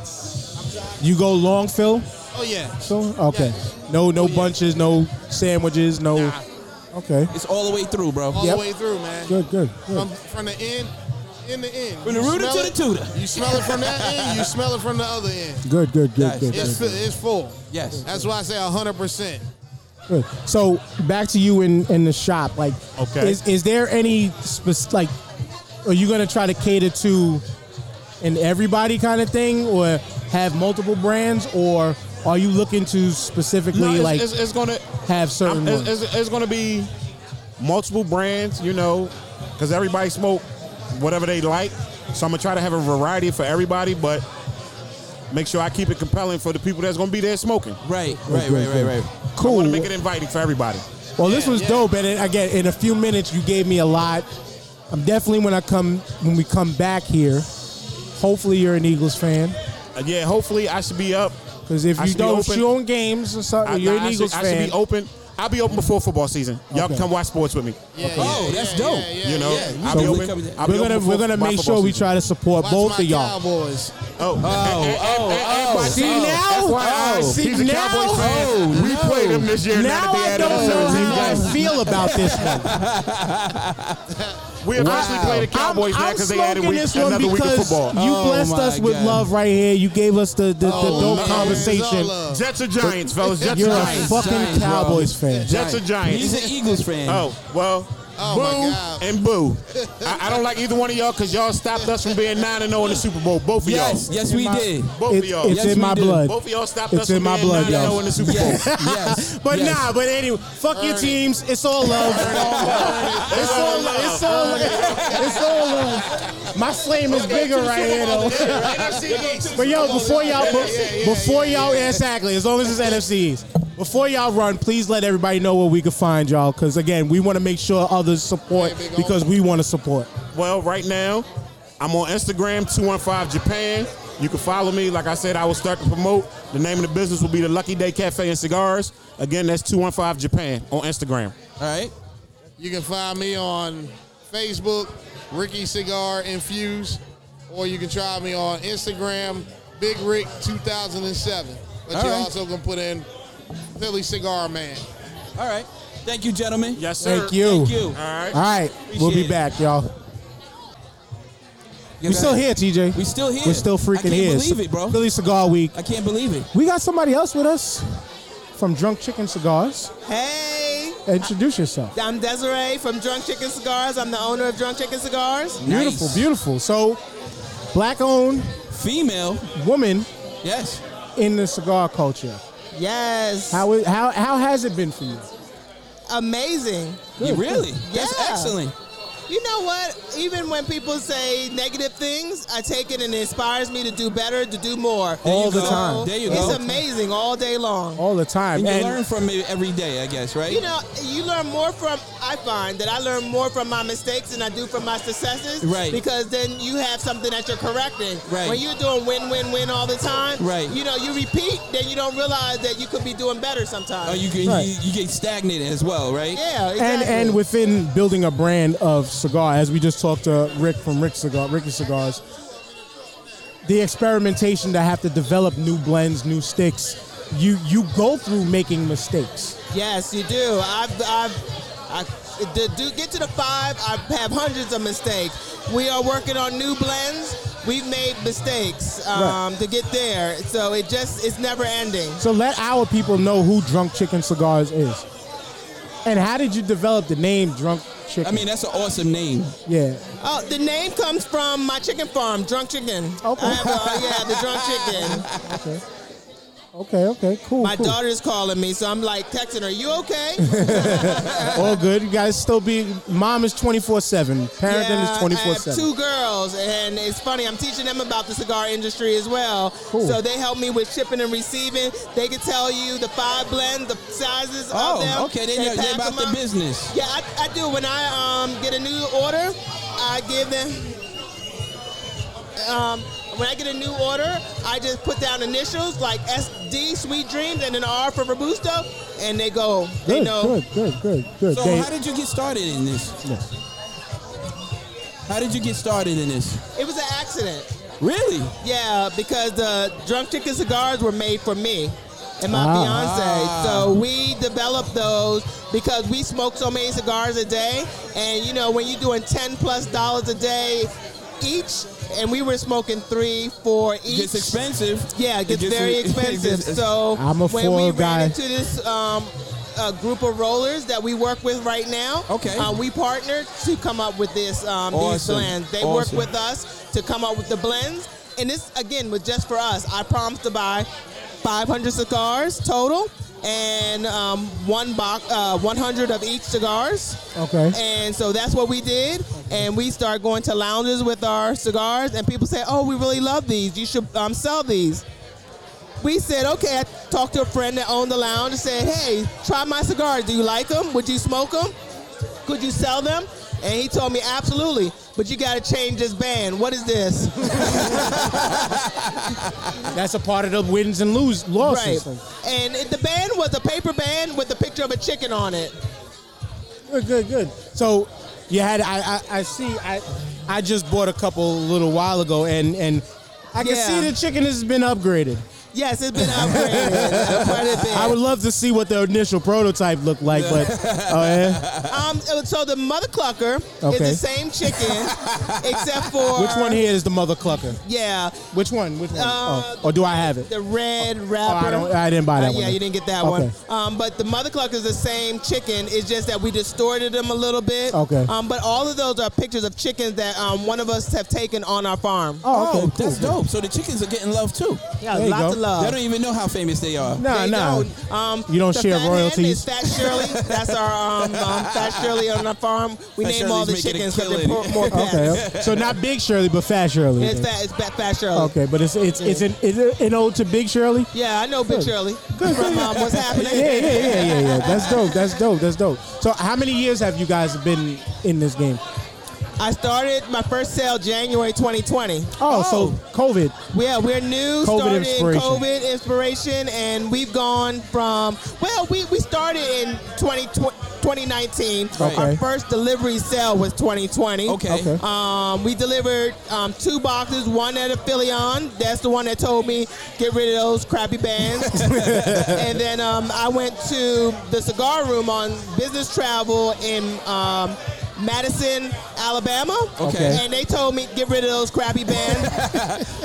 S3: you go long fill
S7: Oh yeah.
S3: so okay no no bunches no sandwiches no
S7: Nah,
S3: okay
S4: It's all the way through, bro.
S7: all
S3: Yep.
S7: the way through, man.
S3: good good good
S7: From, from the end, in the end.
S4: From the
S7: You
S4: rooter
S7: smell
S4: to the
S7: it-
S4: tutor.
S7: You smell it from that end. You smell it from the other end.
S3: good good good
S4: Nice.
S3: good,
S7: It's
S3: good,
S7: fi- it's full.
S4: <laughs> Yes.
S7: That's why I say hundred percent.
S3: good. so back to you in in the shop like
S6: Okay.
S3: is, is there any spec- like are you gonna try to cater to an everybody kind of thing or have multiple brands or are you looking to specifically
S6: No, it's,
S3: like
S6: it's, it's gonna
S3: have
S6: I'm,
S3: certain ones.
S6: it's, it's, it's gonna be multiple brands, you know, because everybody smoke whatever they like. So I'm gonna try to have a variety for everybody, but make sure I keep it compelling for the people that's gonna be there smoking.
S4: Right. Right. Right. Right. Right.
S6: I
S3: cool.
S6: want to make it inviting for everybody.
S3: well, this
S7: Yeah,
S3: was
S7: yeah.
S3: dope, and it, again, in a few minutes, you gave me a lot. I'm definitely when I come when we come back here. Hopefully, you're an Eagles fan
S6: Uh, yeah, hopefully I should be up.
S3: because if
S6: I
S3: you
S6: should be
S3: don't,
S6: open.
S3: if you own games or something,
S6: I,
S3: you're
S6: nah,
S3: an
S6: I
S3: Eagles
S6: should, I should
S3: fan.
S6: be open. I'll be open before football season. Y'all
S3: Okay.
S6: can come watch sports with me.
S7: Yeah, yeah,
S4: Oh, that's
S7: yeah,
S4: dope.
S7: yeah, yeah,
S6: you know,
S7: yeah.
S6: I'll,
S4: So
S6: be
S4: we
S6: open,
S4: come-
S6: I'll be
S3: we're gonna
S6: open
S3: we're
S6: for-
S3: gonna
S6: my
S3: make
S6: football
S3: sure we
S6: season.
S3: try to support
S7: Watch
S3: both
S7: my
S3: of y'all.
S7: Cowboys.
S6: Oh,
S4: Oh, oh, oh,
S3: See now,
S6: FYI,
S3: see
S6: he's a
S3: now,
S6: Cowboys fan.
S3: Oh,
S6: we played him this year.
S3: now
S6: not
S3: I
S6: at the
S3: don't
S6: end
S3: know
S6: of the season.
S3: how I feel about this <laughs> one.
S6: We officially played the Cowboys
S3: I'm,
S6: now
S3: I'm
S6: because
S3: smoking
S6: they added week,
S3: this one
S6: another week of
S3: because
S6: football.
S3: you
S4: Oh
S3: blessed
S4: my
S3: us with
S4: God.
S3: love right here. You gave us the the, the
S7: Oh,
S3: dope
S7: man, it's all
S3: conversation.
S7: love.
S6: Jets or Giants, fellas? Jets or
S3: You're a
S6: Giants?
S3: fucking
S4: Giants, bro.
S3: Cowboys fan.
S6: Jets or
S4: He's
S6: Giants?
S4: an Eagles fan.
S6: Oh well,
S7: Oh
S6: boo
S7: my God.
S6: and boo. I, I don't like either one of y'all because y'all stopped us from being nine and zero in the Super Bowl. Both of
S4: Yes,
S6: y'all.
S4: yes, we
S9: my-
S4: did.
S6: Both of
S9: It-
S6: y'all.
S9: it's
S4: Yes,
S9: in
S4: we
S9: my
S4: do.
S9: blood.
S6: Both of y'all stopped
S9: It's
S6: us from
S9: in my
S6: being
S9: blood,
S6: 9
S9: y'all.
S6: in the Super Bowl.
S4: Yes, yes.
S3: But
S4: yes.
S3: nah, but anyway, fuck your teams. It's all love. it's all love. It's all love. It's all love. My flame is bigger right here though.
S6: NFC East.
S3: But yo, before y'all,
S6: Yeah, yeah, yeah,
S3: before y'all, exactly. As long as it's NFCs, before y'all run, please let everybody know where we can find y'all. Because again, we want to make sure others support
S7: Hey, big
S3: because we want to support.
S6: Well, right now, I'm on Instagram, 215 Japan. You can follow me. Like I said, I will start to promote. The name of the business will be the Lucky Day Cafe and Cigars. Again, that's 215 Japan on Instagram.
S4: All right.
S7: You can find me on Facebook, Ricky Cigar Infused, or you can try me on Instagram, Big Rick 2007. But
S4: All
S7: you
S4: right.
S7: also can put in Philly Cigar Man.
S4: All right. Thank you, gentlemen.
S6: Yes, sir.
S3: Thank you.
S4: Thank you.
S6: All right.
S3: All right, we'll
S4: Appreciate
S3: be
S4: it.
S3: back, y'all.
S4: You
S3: We still
S4: guys-
S3: here, TJ.
S4: We still here.
S3: We're still
S4: I
S3: freaking
S4: can't
S3: here.
S4: believe it, bro.
S3: Philly Cigar Week.
S4: I can't believe it.
S3: We got somebody else with us from Drunk Chicken Cigars.
S10: Hey,
S3: Introduce yourself.
S10: I'm Desiree from Drunk Chicken Cigars. I'm the owner of Drunk Chicken Cigars.
S3: Beautiful,
S4: Nice.
S3: beautiful. So, black-owned
S4: Female.
S3: woman
S4: Yes.
S3: in the cigar culture.
S10: Yes.
S3: How i- how how has it been for you?
S10: Amazing.
S4: You really? That's
S10: Yeah.
S4: excellent.
S10: You know what? Even when people say negative things, I take it and it inspires me to do better, to do more.
S3: All the
S4: go.
S3: time.
S4: There you
S10: it's
S4: go.
S10: amazing all day long.
S3: All the time.
S4: And you
S3: And
S4: learn from it every day, I guess, right?
S10: You know, you learn more from. I find that I learn more from my mistakes than I do from my successes.
S4: Right.
S10: Because then you have something that you're correcting.
S4: Right.
S10: When you're doing win, win, win all the time.
S4: Right.
S10: You know, you repeat, then you don't realize that you could be doing better sometimes.
S4: Oh, you can
S3: Right.
S4: you, you get stagnant as well, right?
S10: yeah. Exactly.
S3: and, and within building a brand of cigar, as we just talked to Rick from Rick Cigar, Ricky Cigars, the experimentation to have to develop new blends, new sticks, you you go through making mistakes.
S10: Yes, you do. I've, I've, I, to do, get to the five, I have hundreds of mistakes. We are working on new blends. We've made mistakes um, to get there, so it just it's never ending.
S3: So let our people know who Drunk Chicken Cigars is, and how did you develop the name Drunk Chicken?
S4: I mean, that's an awesome name.
S3: yeah,
S10: Oh, the name comes from my chicken farm, Drunk Chicken.
S3: Okay.
S10: I have a- yeah, the Drunk Chicken.
S3: okay, okay, cool.
S10: My
S3: cool.
S10: daughter's calling me, so I'm like texting her, "You okay?"
S3: all good. You guys still be mom is twenty four seven, parenting
S10: I
S3: is
S10: have
S3: twenty four seven.
S10: Two girls, and it's funny. I'm teaching them about the cigar industry as well.
S3: Cool.
S10: So they help me with shipping and receiving. They can tell you the five blends, the sizes of them.
S4: Oh, okay. They know,
S10: pack
S4: they're about
S10: them
S4: the
S10: up.
S4: business.
S10: Yeah, I, I do. When I um, get a new order, I give them. Um, when I get a new order, I just put down initials like SD, Sweet Dreams, and an R for Robusto, and they go. They
S3: Good,
S10: know.
S3: good, good, good, good.
S4: So,
S3: They-
S4: how did you get started in this?
S3: yes.
S4: How did you get started in this?
S10: It was an accident.
S4: Really?
S10: Yeah, because the drunk chicken cigars were made for me and my
S3: Ah.
S10: fiance. So we developed those because we smoke so many cigars a day, and you know when you're doing ten plus dollars a day each, and we were smoking three, four each.
S4: It's expensive.
S10: Yeah, <laughs> it gets,
S4: It gets-
S10: very
S4: <laughs> it
S10: expensive.
S4: gets-
S10: so
S3: I'm a
S10: when we
S3: foil
S10: ran
S3: guy.
S10: into this um, uh, group of rollers that we work with right now,
S4: Okay.
S10: uh, we partnered to come up with this um, these
S4: Awesome.
S10: blends. They
S4: Awesome.
S10: work with us to come up with the blends, and this again was just for us. I promised to buy 500 cigars total. And um, one box, uh, 100 of each cigars.
S3: Okay.
S10: And so that's what we did. And we start going to lounges with our cigars, and people say, "Oh, we really love these. You should um, sell these." We said, "Okay." I talked to a friend that owned the lounge and said, "Hey, try my cigars. Do you like them? Would you smoke them? Could you sell them?" And he told me, "Absolutely." But you got to change this band. What
S3: <laughs>
S10: is this?
S3: That's a part of the wins and lose losses.
S10: right. And it, the band was a paper band with a picture of a chicken on it.
S3: Good, good, good. So you had I, I I see I I just bought a couple a little while ago and and I can
S10: Yeah.
S3: see the chicken has been upgraded.
S10: Yes, it's been
S3: <laughs>
S10: upgraded uh, quite a bit.
S3: I would love to see what the initial prototype looked like, but oh
S10: <laughs>
S3: yeah,
S10: um, so the mother clucker
S3: Okay.
S10: is the
S3: <laughs>
S10: same chicken, except for
S3: which one here is the mother clucker?
S10: Yeah,
S3: Which one? Which one?
S10: Uh,
S3: oh, or do I have it?
S10: the red
S3: Oh,
S10: wrapper.
S3: I don't. I didn't buy that
S10: Uh,
S3: one.
S10: yeah, you didn't get that
S3: Okay.
S10: one. Um, but the mother clucker is the same chicken. It's just that we distorted them a little bit.
S3: Okay.
S10: Um, but all of those are pictures of chickens that um, one of us have taken on our farm.
S3: Oh, okay,
S4: Oh,
S3: cool.
S4: that's dope. So the chickens are getting love too.
S10: yeah,
S3: there you
S10: lots
S3: go.
S10: of love.
S4: They don't even know how famous they are.
S3: Nah,
S10: They
S3: nah.
S10: don't. Um,
S3: You don't
S10: the
S3: share
S10: fat hen
S3: royalties.
S10: Is Fat
S3: <laughs>
S10: Shirley. That's our um, um, Fat Shirley on our farm. We
S4: Fat
S10: name all the
S4: Shirley's making a
S10: chickens because they're
S4: killing.
S10: more, more
S3: <laughs>
S10: fat.
S3: Okay. so not Big Shirley, but Fat Shirley.
S10: It's fat. It's fat, fat Shirley.
S3: Okay, but it's it's it's an is it an ode to Big Shirley.
S10: Yeah, I know Big
S3: Good.
S10: Shirley. From um, what's happening?
S3: Yeah, yeah, yeah, yeah, yeah, yeah. That's dope. That's dope. That's dope. So how many years have you guys been in this game?
S10: I started my first sale January 2020.
S3: Oh, so COVID.
S10: Yeah, we're new,
S3: COVID
S10: started
S3: inspiration.
S10: COVID inspiration, and we've gone from, well, we, we started in 20, 2019.
S3: Okay.
S10: Our first delivery sale was 2020.
S4: Okay.
S3: Okay.
S10: Um, we delivered um, two boxes, one at a Philion. That's the one that told me, get rid of those
S4: <laughs>
S10: crappy bands. and then um, I went to the cigar room on business travel in um, Madison, Alabama.
S4: Okay.
S10: And they told me, get rid of those
S4: <laughs>
S10: crappy bands.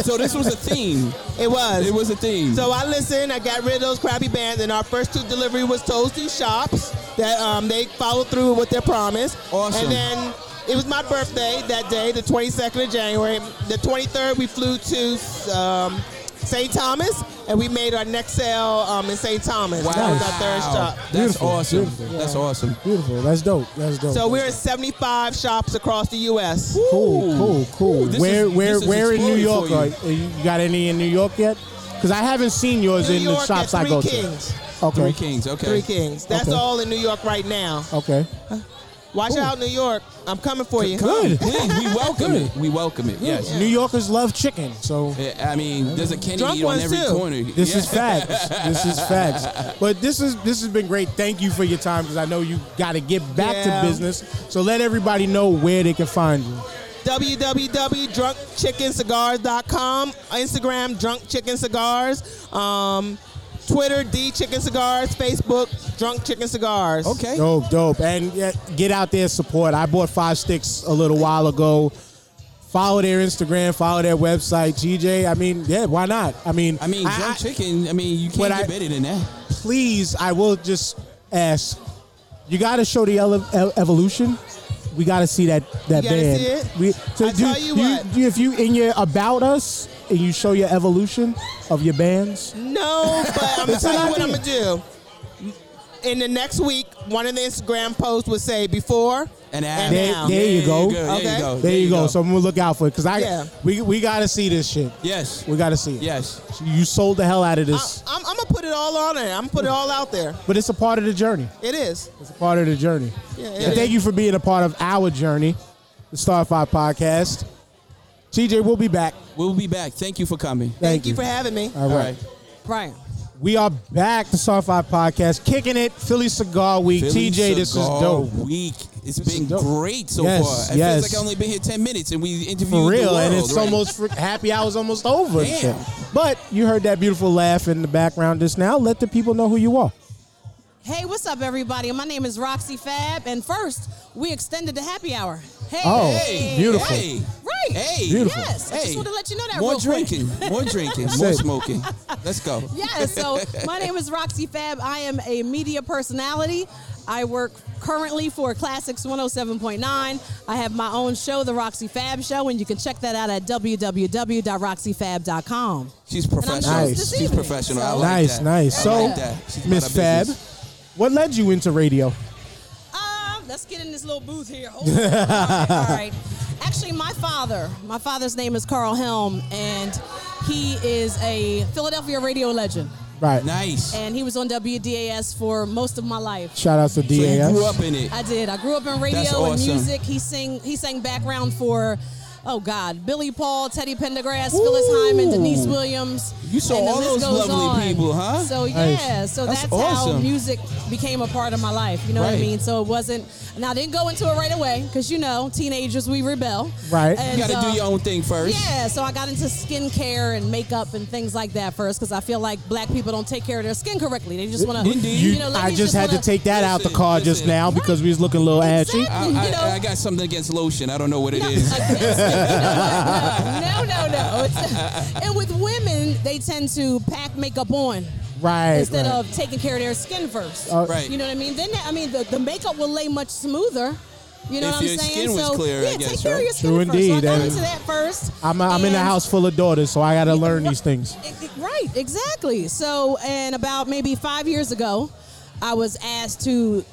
S4: So this was a theme.
S10: it was.
S4: It was a theme.
S10: So I listened. I got rid of those crappy bands, and our first two delivery was Toasty Shops. That um, they followed through with their promise.
S4: Awesome.
S10: And then it was my birthday that day, the 22nd of January. The 23rd, we flew to um, St. Thomas, and we made our next sale um, in St. Thomas. That was our third shop.
S4: That's
S3: Beautiful,
S4: awesome.
S3: beautiful.
S4: That's awesome.
S3: Beautiful. That's dope. That's dope.
S10: So we're in 75 shops across the U.S.
S3: cool, cool, cool.
S4: Ooh, this
S3: where
S4: is-
S3: where
S4: this is
S3: where in New
S4: exploding
S3: York?
S4: for
S3: Are,
S4: you.
S3: are you you got any in New York yet? Because I haven't seen yours
S10: New
S3: in
S10: York
S3: the
S10: at
S3: shops I
S10: Three
S3: go
S10: Kings.
S3: to. Okay.
S4: Three Kings. Okay.
S10: Three Kings. That's
S3: Okay.
S10: all in New York right now.
S3: Okay.
S10: Watch out, New York. I'm coming for you. <laughs>
S3: Good.
S4: Please, we welcome it. We welcome it. Yes.
S3: New Yorkers love chicken, so
S4: Yeah, I mean, there's a Kenny
S10: Drunk
S4: Eat on
S10: ones,
S4: every
S10: too.
S4: corner.
S3: This
S4: Yeah.
S3: is facts. This
S4: <laughs>
S3: is facts. But this is this has been great. Thank you for your time because I know you got to get back
S10: Yeah.
S3: to business. So let everybody know where they can find you.
S10: www.drunkchickencigars.com, Instagram Drunk Chicken Cigars, um, Twitter D Chicken Cigars, Facebook Drunk Chicken Cigars.
S4: Okay.
S3: Dope, dope, and yeah, get out there support. I bought five sticks a little while ago. Follow their Instagram. Follow their website. GJ. I mean, yeah, why not? I mean,
S4: I mean,
S3: I-
S4: drunk
S3: I-
S4: chicken. I mean, you
S3: But
S4: can't get
S3: I-
S4: better than that.
S3: please, I will just ask. You got to show the ele- el- evolution. We got to see that that
S10: You gotta
S3: band.
S10: see it?
S3: We, so
S10: I
S3: do,
S10: tell you
S3: do
S10: what.
S3: do- if you in your about us and you show your evolution of your bands.
S10: Mm-hmm. No, but I'm gonna
S3: That's
S10: tell
S3: an
S10: you what I'm
S3: idea.
S10: gonna do. In the next week, one of the Instagram posts will say before
S4: And
S10: and
S4: after.
S3: There,
S10: now.
S3: there you go. There,
S4: There
S10: Okay.
S4: you go.
S10: There
S3: you go. So I'm gonna look out for it because I
S10: Yeah.
S3: we we got to see this shit.
S4: yes.
S3: We got to see it.
S4: Yes.
S3: You sold the hell out of
S10: I,
S3: this,
S10: I'm, I'm gonna put it all on there. I'm gonna put it all out there.
S3: but it's a part of the journey.
S10: It is.
S3: It's a part of the journey.
S10: Yeah,
S3: And
S10: it
S3: thank
S10: is.
S3: you for being a part of our journey, the Star Five Podcast. TJ, we'll be back.
S4: We'll be back. Thank you for coming.
S10: Thank you for having me,
S3: All
S4: All
S3: right.
S4: right.
S10: Brian.
S3: We are back, the Star 5 Podcast, kicking it, Philly Cigar Week.
S4: Philly
S3: TJ, this is
S4: Cigar
S3: dope.
S4: Week. It's
S3: This is
S4: been
S3: dope.
S4: great so
S3: Yes,
S4: far. It
S3: yes.
S4: feels like I only been here ten minutes and we interviewed
S3: For
S4: the
S3: real,
S4: world,
S3: and it's
S4: right?
S3: almost fr- happy hour's almost over. and
S4: Damn.
S3: shit. But you heard that beautiful laugh in the background just now. Let the people know who you are.
S11: Hey, what's up, everybody? My name is Roxy Fab, and first we extended the happy hour. Hey,
S3: Oh,
S11: hey.
S3: beautiful.
S4: Hey.
S11: Right.
S4: Hey.
S3: Beautiful.
S11: Yes, I
S4: Hey.
S11: just wanted to let you know that
S4: More
S11: real quick. <laughs>
S4: drinking. More drinking.
S3: That's
S4: more
S3: it.
S4: smoking. Let's go.
S11: Yeah, so my name is Roxy Fab. I am a media personality. I work currently for Classics 107.9. I have my own show, The Roxy Fab Show, and you can check that out at www.roxyfab.com.
S4: She's
S11: I'm
S4: professional.
S3: nice this
S4: She's
S11: evening,
S4: professional.
S11: so-
S4: I like
S3: nice,
S4: that.
S3: nice.
S4: I
S3: So,
S4: like that. She's about
S3: Miss
S4: her
S3: Fab,
S4: business.
S3: what led you into radio?
S11: Um, let's get in this little booth <laughs> here. Hold on. all, right, all right. Actually, my father, my father's name is Carl Helm, and he is a Philadelphia radio legend.
S3: Right.
S4: Nice.
S11: And he was on WDAS for most of my life.
S3: Shout out to
S4: So you
S3: DAS.
S4: grew up in it.
S11: I did. I grew up in radio
S4: That's
S11: and
S4: awesome.
S11: music. He sing he sang background for
S10: Oh God, Billy Paul, Teddy Pendergrass, Phyllis Hyman, Denise Williams.
S4: You saw
S10: and the
S4: all
S10: list
S4: those
S10: goes
S4: lovely
S10: on.
S4: people, huh?
S10: So
S3: Nice.
S10: yeah, so
S4: That's
S10: that's, how
S4: awesome.
S10: music became a part of my life. You know what
S4: Right.
S10: I mean? So it wasn't. Now I didn't go into it right away because you know, teenagers we rebel.
S3: Right.
S10: And,
S4: You got to
S10: uh,
S4: do your own thing first.
S10: yeah, so I got into skincare and makeup and things like that first because I feel like black people don't take care of their skin correctly. They just want to,
S4: Indeed.
S10: you,
S4: You-
S10: know,
S3: I
S10: ladies
S3: just, had
S10: wanna-
S3: to take that out the
S4: Listen,
S3: car just
S4: listen.
S3: now because we was looking a little ashy.
S10: Exactly.
S4: I,
S10: you
S4: I,
S10: know.
S4: I got something against lotion. I don't know what it
S10: No, <laughs>
S4: is.
S10: like, listen, you know what? <laughs> no, no, no. It's- and with women, they tend to pack makeup on
S3: Right.
S10: instead
S3: right. Uh,
S10: of taking care of their skin first.
S4: right.
S10: You know what I mean? Then I mean the, the makeup will lay much smoother. You know
S4: If
S10: what I'm
S4: your
S10: saying?
S4: skin was
S10: so
S4: clear, I
S10: yeah,
S4: guess,
S10: take care
S4: right?
S10: of your skin
S3: True
S10: first.
S3: indeed,
S10: So I
S3: and-
S10: got into that first.
S3: I'm, I'm in a
S10: and-
S3: house full of daughters, so I got to learn these things.
S10: E-, Right, exactly. So, and about maybe five years ago, I was asked to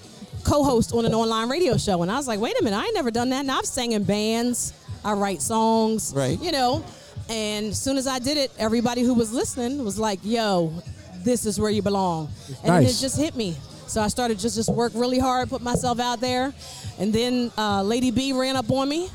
S10: co-host on an online radio show, and I was like, "Wait a minute, I ain't never done that." And I've sang in bands, I write songs,
S4: Right.
S10: You know, and as soon as I did it, everybody who was listening was like, "Yo, this is where you belong," and then
S3: Nice.
S10: it just hit me. So I started just just work really hard, put myself out there, and then uh, Lady B ran up on me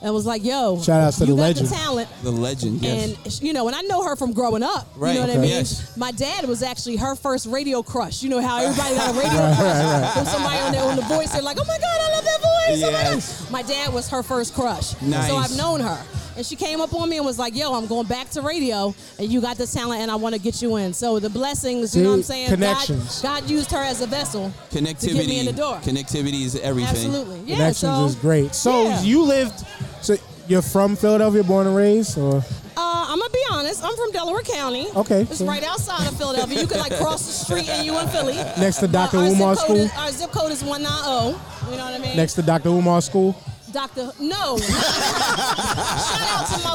S10: and was like, "Yo,
S3: Shout outs to
S10: you
S3: the
S10: got
S3: legend."
S10: the talent."
S4: the legend, yes.
S10: And you know, and I know her from growing up.
S4: Right.
S10: You know what
S4: Okay.
S10: I mean?
S4: Yes.
S10: My dad was actually her first radio crush. You know how everybody got
S4: <laughs>
S10: a radio crush from somebody on the, on the voice. They're like, oh my god, I love that voice. Oh my God."
S4: Yes.
S10: my, dad was her first crush.
S4: Nice.
S10: So I've known her. And she came up on me and was like, yo, I'm going back to radio and you got this talent and I want to get you in. So the blessings, you know what I'm
S3: See,
S10: saying?
S3: connections.
S10: God, God used her as a vessel
S4: connectivity.
S10: to get me in the door.
S4: Connectivity is everything.
S10: Absolutely. Yeah,
S3: Connections
S10: so,
S3: is great. So
S10: yeah.
S3: you lived, so you're from Philadelphia, born and raised, or
S10: Uh, I'm gonna be honest. I'm from Delaware County.
S3: Okay.
S10: it's right outside of Philadelphia. You can like cross the street and you in Philly.
S3: Next to Dr.
S10: our zip
S3: Umar
S10: code
S3: School?
S10: Is, our zip code is one nine zero. You know what I mean?
S3: next to Dr. Umar School?
S10: Doctor, no. <laughs> Shout out to my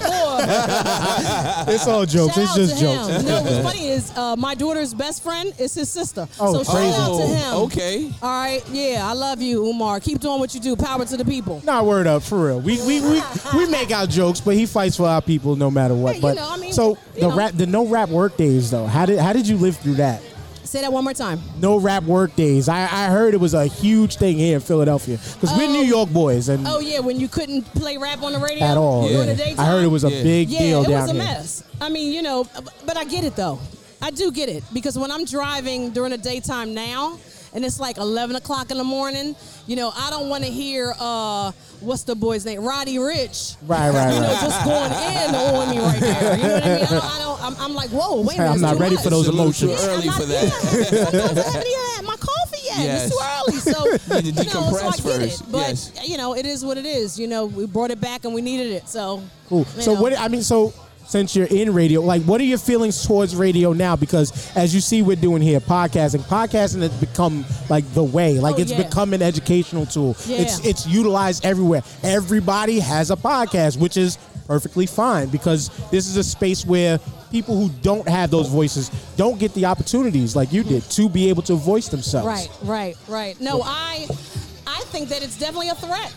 S10: boy.
S3: It's
S10: <laughs>
S3: all <laughs> jokes.
S10: Shout
S3: it's
S10: out
S3: just
S10: to him.
S3: jokes.
S10: No, what's funny is uh, my daughter's best friend is his sister.
S3: Oh,
S10: so shout out to
S4: crazy.
S10: him.
S4: Oh, okay.
S10: All right. Yeah, I love you, Umar. Keep doing what you do. Power to the people.
S3: <laughs> Nah, word up for real. We we, we we make out jokes, but he fights for our people no matter what.
S10: Hey, you
S3: but
S10: know, I mean,
S3: so
S10: you
S3: the
S10: know.
S3: rap, the no rap work days though. How did how did you live through that?
S10: Say that one more time.
S3: No rap work days. I, I heard it was a huge thing here in Philadelphia because we're
S10: Oh.
S3: New York boys and
S10: Oh yeah, when you couldn't play rap on the radio
S3: at all.
S10: during
S3: yeah.
S10: the daytime.
S3: I heard it was a
S4: Yeah.
S3: big
S10: yeah,
S3: deal
S10: it
S3: down
S10: was a
S3: here.
S10: mess. I mean, you know, but I get it though. I do get it because when I'm driving during the daytime now, and it's like 11 o'clock in the morning, you know, I don't want to hear uh, what's the boy's name, Roddy Rich.
S3: Right, right,
S10: <laughs> You know,
S3: right.
S10: just going in on me right there. You know what I mean? I don't, I don't, I'm, I'm like, whoa, wait a
S3: I'm
S10: minute. it's
S3: not
S10: too
S3: ready
S10: much.
S3: for those
S4: It's a little too
S3: emotions.
S4: early
S10: Yeah,
S4: for
S10: I'm not-
S4: that.
S10: yeah, sometimes I haven't even had my coffee yet.
S4: Yes.
S10: It's too early. So,
S4: Need to
S10: you know, so I
S4: decompress
S10: get
S4: first.
S10: it. But,
S4: Yes.
S10: you know, it is what it is. You know, we brought it back and we needed it. So,
S3: Cool.
S10: you
S3: So
S10: know.
S3: what I mean, so since you're in radio, like what are your feelings towards radio now? Because as you see, we're doing here podcasting. Podcasting has become like the way. Like
S10: Oh,
S3: it's
S10: yeah.
S3: become an educational tool.
S10: Yeah.
S3: It's it's utilized everywhere. Everybody has a podcast, which is perfectly fine because this is a space where people who don't have those voices don't get the opportunities like you did to be able to voice themselves.
S10: Right, right, right. No, I I think that it's definitely a threat.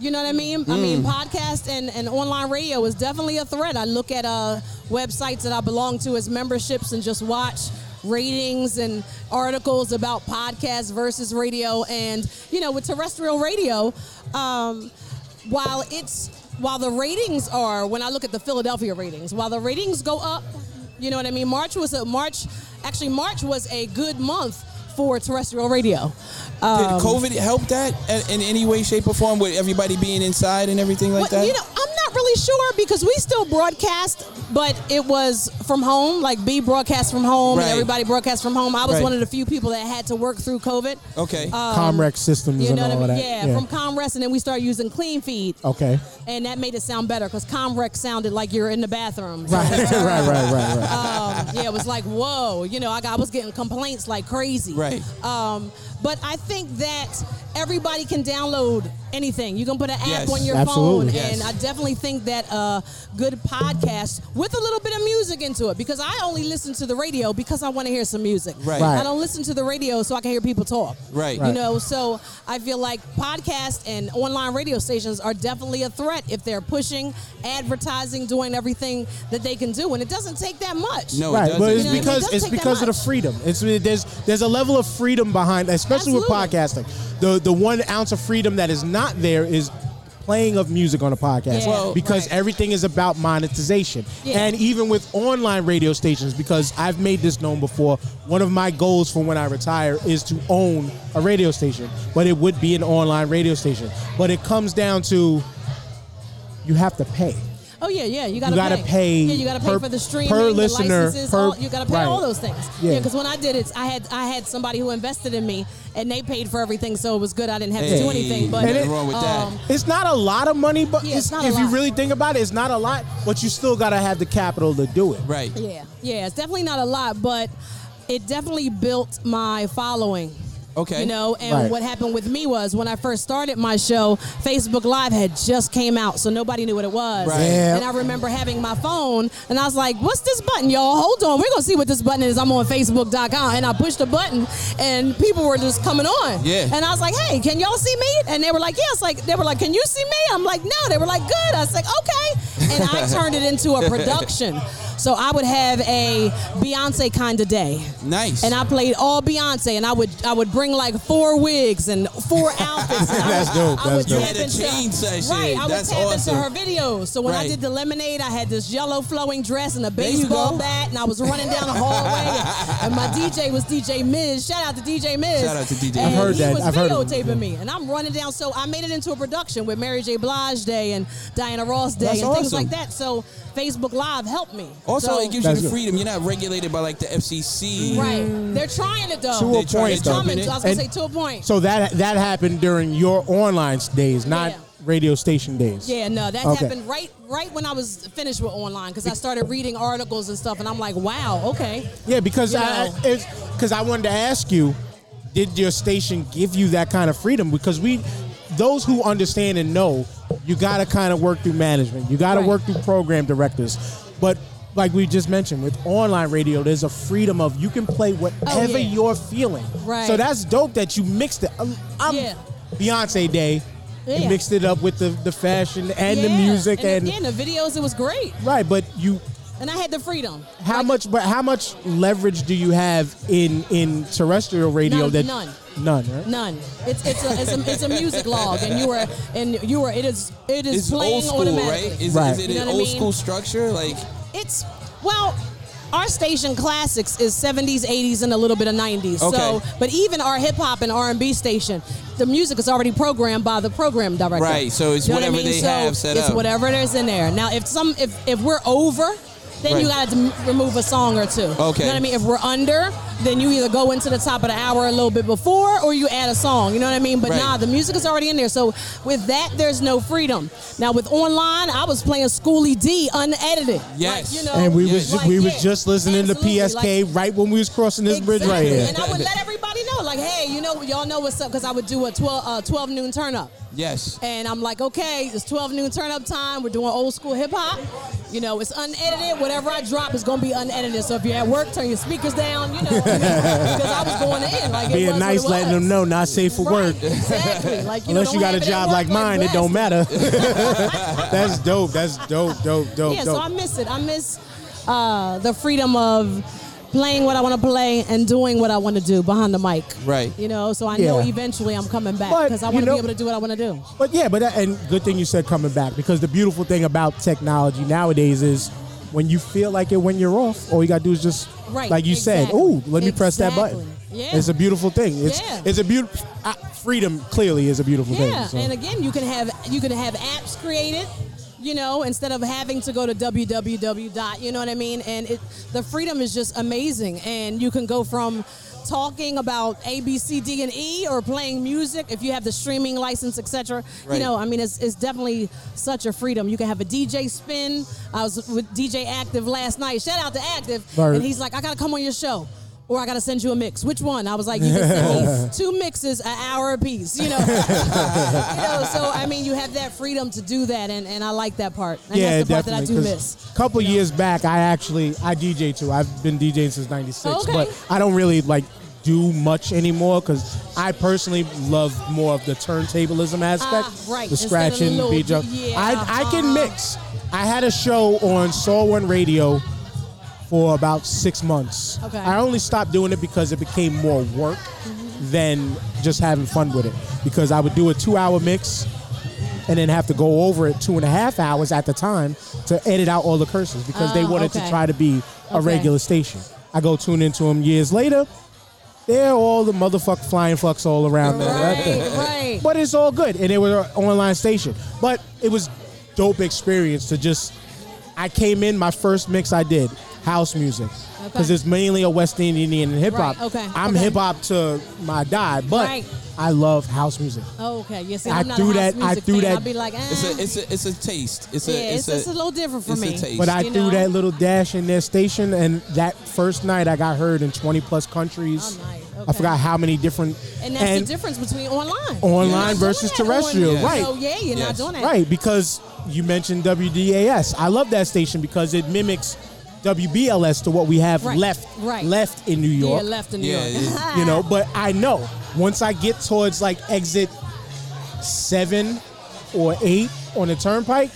S10: You know what I mean? I mean, podcast and, and online radio is definitely a threat. I look at uh, websites that I belong to as memberships and just watch ratings and articles about podcasts versus radio. And, you know, with terrestrial radio, um, while it's while the ratings are when I look at the Philadelphia ratings, while the ratings go up, you know what I mean. March was a March, actually March was a good month for terrestrial radio. Um,
S4: Did COVID help that a- in any way, shape, or form with everybody being inside and everything like
S10: Well,
S4: that?
S10: You know, I'm not really sure because we still broadcast, but it was from home. Like B broadcast from home,
S4: Right.
S10: and everybody broadcast from home. I was
S4: Right.
S10: one of the few people that had to work through COVID.
S4: okay.
S10: uh,
S3: Comrex systems
S10: Um, You
S3: and
S10: know
S3: all
S10: what I mean?
S3: that. Oh.
S10: Yeah, from Comrex, and then we started using Clean Feed.
S3: okay. <laughs>
S10: and that made it sound better because Comrex sounded like you're in the bathroom. So
S3: Right,
S10: <laughs>
S3: right, right, right, right.
S10: um, yeah, it was like, whoa, you know, I, got, I was getting complaints like crazy.
S4: Right.
S10: Um, but I think that everybody can download anything. You can put an app
S4: Yes.
S10: on your
S3: Absolutely.
S10: phone,
S4: Yes.
S10: and I definitely think that a good podcast with a little bit of music into it because I only listen to the radio because I want to hear some music.
S4: Right.
S3: Right.
S10: I don't listen to the radio so I can hear people talk.
S4: Right.
S10: You
S4: Right.
S10: know, so I feel like podcasts and online radio stations are definitely a threat if they're pushing, advertising, doing everything that they can do, and it doesn't take that much.
S4: no, it
S3: right,
S4: doesn't.
S3: but it's
S10: You know, it
S3: because
S10: doesn't
S3: it's
S10: take that
S3: because of the
S10: much.
S3: freedom. It's there's there's a level of freedom behind, especially with
S10: Absolutely.
S3: podcasting. The the one ounce of freedom that is not there is playing of music on a podcast
S10: Yeah, Well-
S3: because
S10: right.
S3: everything is about monetization.
S10: Yeah.
S3: And even with online radio stations, because I've made this known before, one of my goals for when I retire is to own a radio station, but it would be an online radio station. But it comes down to you have to pay.
S10: Oh yeah, yeah. You gotta,
S3: gotta pay
S10: Yeah, you gotta pay
S3: per-
S10: for the streaming,
S3: per
S10: the
S3: listener,
S10: licenses.
S3: per-
S10: all, you gotta pay
S3: right.
S10: all those things.
S3: Yeah.
S10: Yeah, because when I did it, I had I had somebody who invested in me, and they paid for everything, so it was good. I didn't have to
S4: Hey,
S10: do anything. But um,
S4: nothing wrong with that.
S3: It's not a lot of money, but
S10: Yeah, it's
S3: it's-
S10: not a
S3: if you
S10: lot.
S3: really think about it, it's not a lot, but you still got to have the capital to do it.
S4: Right.
S10: Yeah, yeah. It's definitely not a lot, but it definitely built my following.
S4: Okay.
S10: You know, and
S3: Right.
S10: what happened with me was when I first started my show, Facebook Live had just came out, so nobody knew what it was.
S4: Right.
S3: Yeah.
S10: And I remember having my phone, and I was like, "What's this button, y'all? Hold on, we're gonna see what this button is." I'm on Facebook.com, and I pushed the button, and people were just coming on.
S4: Yeah.
S10: And I was like, "Hey, can y'all see me?" And they were like, "Yes." Like they were like, "Can you see me?" I'm like, "No." They were like, "Good." I was like, "Okay." And I turned it into a
S4: <laughs>
S10: production. So I would have a Beyonce kind of day.
S4: Nice.
S10: And I played all Beyonce, and I would I would bring like four wigs and
S3: <laughs>
S10: four outfits. And I
S3: That's
S10: would-
S3: dope,
S10: I would
S3: that's dope.
S10: tap
S4: You had a
S10: into-
S4: chain session,
S10: Right, I would
S4: that's
S10: tap
S4: awesome.
S10: into her videos. So when
S4: Right.
S10: I did the lemonade, I had this yellow flowing dress and a
S4: you
S10: baseball
S4: go.
S10: bat, and I was running down the
S4: <laughs>
S10: hallway. and my DJ was DJ Miz. Shout out to DJ Miz.
S4: Shout out to DJ
S10: And
S4: I've
S3: heard
S10: he
S3: that.
S10: was
S3: I've heard of him.
S10: videotaping me, and I'm running down. So I made it into a production with Mary J. Blige Day and Diana Ross Day
S4: That's
S10: and things
S4: awesome.
S10: like that. So Facebook Live helped me.
S4: also,
S10: So-
S4: it gives you
S3: That's
S4: the
S3: good.
S4: freedom. You're not regulated by like the FCC.
S10: Right. They're trying it though.
S3: To a
S10: They're
S3: point,
S10: trying to
S3: though.
S10: come in- I was
S3: And-
S10: gonna say to a point.
S3: So that that happened during your online days, not
S10: Yeah.
S3: radio station days.
S10: yeah, no, that
S3: Okay.
S10: happened right right when I was finished with online because I started reading articles and stuff, and I'm like, wow, okay.
S3: Yeah, because
S10: You
S3: I
S10: know.
S3: because I wanted to ask you, did your station give you that kind of freedom? Because we, those who understand and know, you got to kind of work through management. You got to
S10: Right.
S3: work through program directors, but. Like we just mentioned with online radio, there's a freedom of you can play whatever
S10: Oh, yeah.
S3: you're feeling.
S10: Right.
S3: So that's dope that you mixed it. I'm, I'm-
S10: Yeah.
S3: Beyonce Day. You
S10: Yeah.
S3: mixed it up with the, the fashion and the
S10: Yeah.
S3: music
S10: and,
S3: and,
S10: yeah, and the videos. It was great,
S3: right, but you
S10: and I had the freedom.
S3: how much, but how much leverage do you have in in terrestrial radio?
S10: None-
S3: that
S10: none.
S3: none, right?
S10: None. It's it's a it's a, it's a music log, and you were and you were it is it is
S4: It's
S10: playing
S4: old school,
S10: automatically.
S4: right? Is,
S3: Right.
S4: is it
S10: You know
S4: an
S10: what I
S4: old
S10: mean?
S4: school structure? Like,
S10: It's well, our station classics is 70s, 80s, and a little bit of 90s. So,
S4: Okay.
S10: but even our hip hop and R and B station, the music is already programmed by the program director.
S4: Right, so it's
S10: what
S4: whatever they
S10: so
S4: have set
S10: it's
S4: up.
S10: whatever there's in there. Now, if some if if we're over. Then you
S4: Right.
S10: got to m- remove a song or two.
S4: Okay.
S10: You know what I mean? If we're under, then you either go into the top of the hour a little bit before or you add a song. You know what I mean? But
S4: Right.
S10: nah, the music is already in there. So with that, there's no freedom. Now, with online, I was playing Schoolie D unedited.
S4: Yes.
S10: Like, you know,
S3: And we
S4: Yeah.
S3: was
S10: like,
S3: we was
S10: yeah,
S3: just listening
S10: absolutely,
S3: to PSK
S10: like,
S3: right when we was crossing this bridge right
S10: exactly.
S3: here.
S10: And I would let everybody know, like, hey, you know, y'all know what's up, because I would do a 12, uh, 12 noon turn up.
S4: yes.
S10: And I'm like, okay, it's 12 noon turn up time. We're doing old school hip hop. You know, it's unedited. Whatever I drop is going to be unedited. So if you're at work, turn your speakers down, you know, <laughs> because I was going in. Like, it was
S3: Being
S10: what
S3: nice,
S10: it
S3: letting them
S10: was.
S3: know not safe for
S10: Right,
S3: work.
S10: Exactly. Like, you know,
S3: Unless
S10: don't
S3: you got a
S10: have it at
S3: job
S10: work,
S3: like mine, it
S10: best.
S3: don't
S10: <laughs>
S3: matter. <laughs> That's dope. That's dope. Dope. Dope.
S10: Yeah,
S3: dope.
S10: so I miss it. I miss uh, the freedom of playing what I want to play and doing what I want to do behind the mic.
S4: Right.
S10: You know, so I
S3: Yeah.
S10: know eventually I'm coming back
S3: But,
S10: because I
S3: you
S10: want to
S3: know-
S10: be able to do what I want to do.
S3: But yeah, but that, and good thing you said coming back because the beautiful thing about technology nowadays is when you feel like it when you're off, all you gotta do is just
S10: Right,
S3: like you said,
S10: exactly.
S3: ooh, let me press that
S10: Exactly.
S3: button.
S10: Yeah.
S3: It's a beautiful thing. It's
S10: Yeah.
S3: it's a beautiful uh, freedom. Clearly, is a beautiful
S10: Yeah,
S3: thing. so.
S10: and again, you can have you can have apps created, you know, instead of having to go to www. dot, You know what I mean? And it the freedom is just amazing, and you can go from talking about A, B, C, D, and E, or playing music if you have the streaming license, etc.
S4: Right.
S10: You know, I mean, it's, it's definitely such a freedom. You can have a DJ spin. I was with DJ Active last night. Shout out to Active,
S3: Word.
S10: and he's like, I gotta come on your show. Or I gotta send you a mix. Which one? I was like, you can send me two mixes, an hour apiece. You know, you know, so I mean, you have that freedom to do that, and, and I like that part. And
S3: yeah,
S10: that's the part that I
S3: definitely.
S10: do
S3: 'cause
S10: miss.
S3: A couple years back, I actually I DJ too. I've been DJing since '96,
S10: Okay.
S3: but I don't really like do much anymore because I personally love more of the turntablism aspect,
S10: Ah, right,
S3: the
S10: instead of the
S3: scratching, the
S10: little-
S3: beat jump.
S10: yeah,
S3: I I can
S10: uh-huh.
S3: mix. I had a show on Soul One Radio for about six months.
S10: Okay.
S3: I only stopped doing it because it became more
S10: Mm-hmm.
S3: work than just having fun with it. Because I would do a two-hour mix and then have to go over it two and a half hours at the time to edit out all the curses because they
S10: Ah,
S3: wanted to
S10: okay.
S3: try to be a
S10: Okay.
S3: regular station. I go tune into them years later. They're all the motherfuck flying fucks all around there. That thing.
S10: Right, right.
S3: But it's all good, and it was an online station. But it was dope experience to just. I came in my first mix I did house music because
S10: Okay.
S3: it's mainly a West Indian and hip hop.
S10: Right, okay,
S3: I'm
S10: okay.
S3: hip hop to my die, but
S10: Right.
S3: I love house music.
S10: Oh, okay. You see,
S3: I
S10: I'm not
S3: do
S10: a house
S3: that- I
S10: music
S3: do
S10: fan.
S3: that-
S10: I'll be like, eh.
S4: It's a it's a it's a taste. It's a
S10: yeah, it's, it's a, little different for
S4: it's a
S10: me.
S4: taste.
S3: But I
S10: You
S3: threw
S10: know?
S3: that little dash in their station, and that first night I got heard in 20 plus countries.
S10: Oh, nice.
S3: I
S10: Okay.
S3: forgot how many different
S10: and that's the difference between online.
S3: online
S10: You're not doing
S3: versus
S10: that on-
S3: terrestrial,
S4: Yes.
S3: right?
S10: So yeah, you're
S4: Yes.
S10: not doing that.
S3: Right, because you mentioned WDAS. I love that station because it mimics WBLS to what we have
S10: Right,
S3: left
S10: right.
S3: left in New York.
S10: Yeah, left in New
S4: Yeah,
S10: York.
S4: yeah.
S3: You
S10: <laughs>
S3: know, but I know once I get towards like exit seven or eight on the turnpike,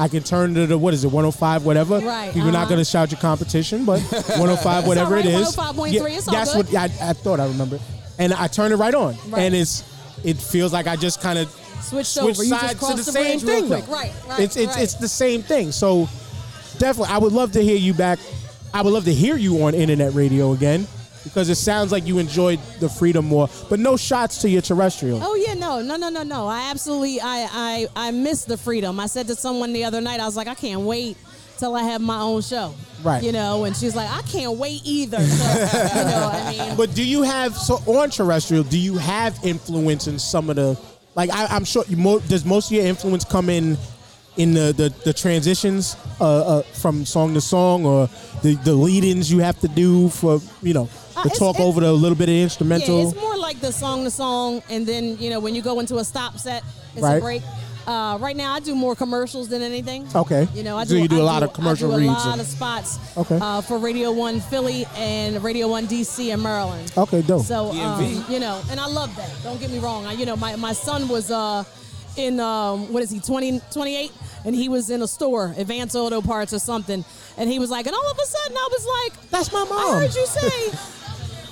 S3: I can turn to the what is it, 105, whatever.
S10: Right,
S3: You're not
S10: uh-huh.
S3: gonna shout your competition,
S10: <laughs>
S3: but 105, whatever
S10: alright,
S3: it is.
S10: 105.3, it's all
S3: that's
S10: good.
S3: what I, I thought I remember, and I turn it right on,
S10: Right.
S3: and it's it feels like I just kind of
S10: Switched
S3: switch
S10: over. You just
S3: sides to
S10: crossed
S3: the,
S10: the
S3: same
S10: bridge real
S3: thing.
S10: quick.
S3: though.
S10: Right, right,
S3: It's it's
S10: right.
S3: it's the same thing. So definitely, I would love to hear you back. I would love to hear you on internet radio again because it sounds like you enjoyed the freedom more. But no shots to your terrestrial.
S10: Oh yeah, no, no, no, no, no. I absolutely, I, I, I miss the freedom. I said to someone the other night, I was like, I can't wait till I have my own show.
S3: Right.
S10: You know, and she's like, I can't wait either. So, you know, I
S3: <laughs>
S10: mean,
S3: But do you have so on terrestrial? Do you have influence in some of the like? I, I'm sure you mo- does most of your influence come in in the the, the transitions uh, uh, from song to song or the the lead-ins you have to do for you know
S10: Uh,
S3: the
S10: it's-
S3: talk
S10: it's-
S3: over to a little bit of instrumental.
S10: Yeah, it's more like the song to song, and then you know when you go into a stop set, it's
S3: Right.
S10: a break. Uh, right now, I do more commercials than anything.
S3: Okay.
S10: You know, I
S3: So
S10: do.
S3: you do
S10: I
S3: a lot of
S10: I
S3: commercial
S10: do a
S3: reads
S10: lot
S3: and-
S10: of spots.
S3: Okay.
S10: Uh, for Radio One Philly and Radio One DC in Maryland.
S3: Okay, dope.
S10: So um,
S4: DMV.
S10: you know, and I love that. Don't get me wrong. I, you know, my, my son was uh, in um, what is he 20, 28 and he was in a store, Advanced Auto Parts or something, and he was like, and all of a sudden I was like,
S3: That's my
S10: I
S3: mom.
S10: heard you say,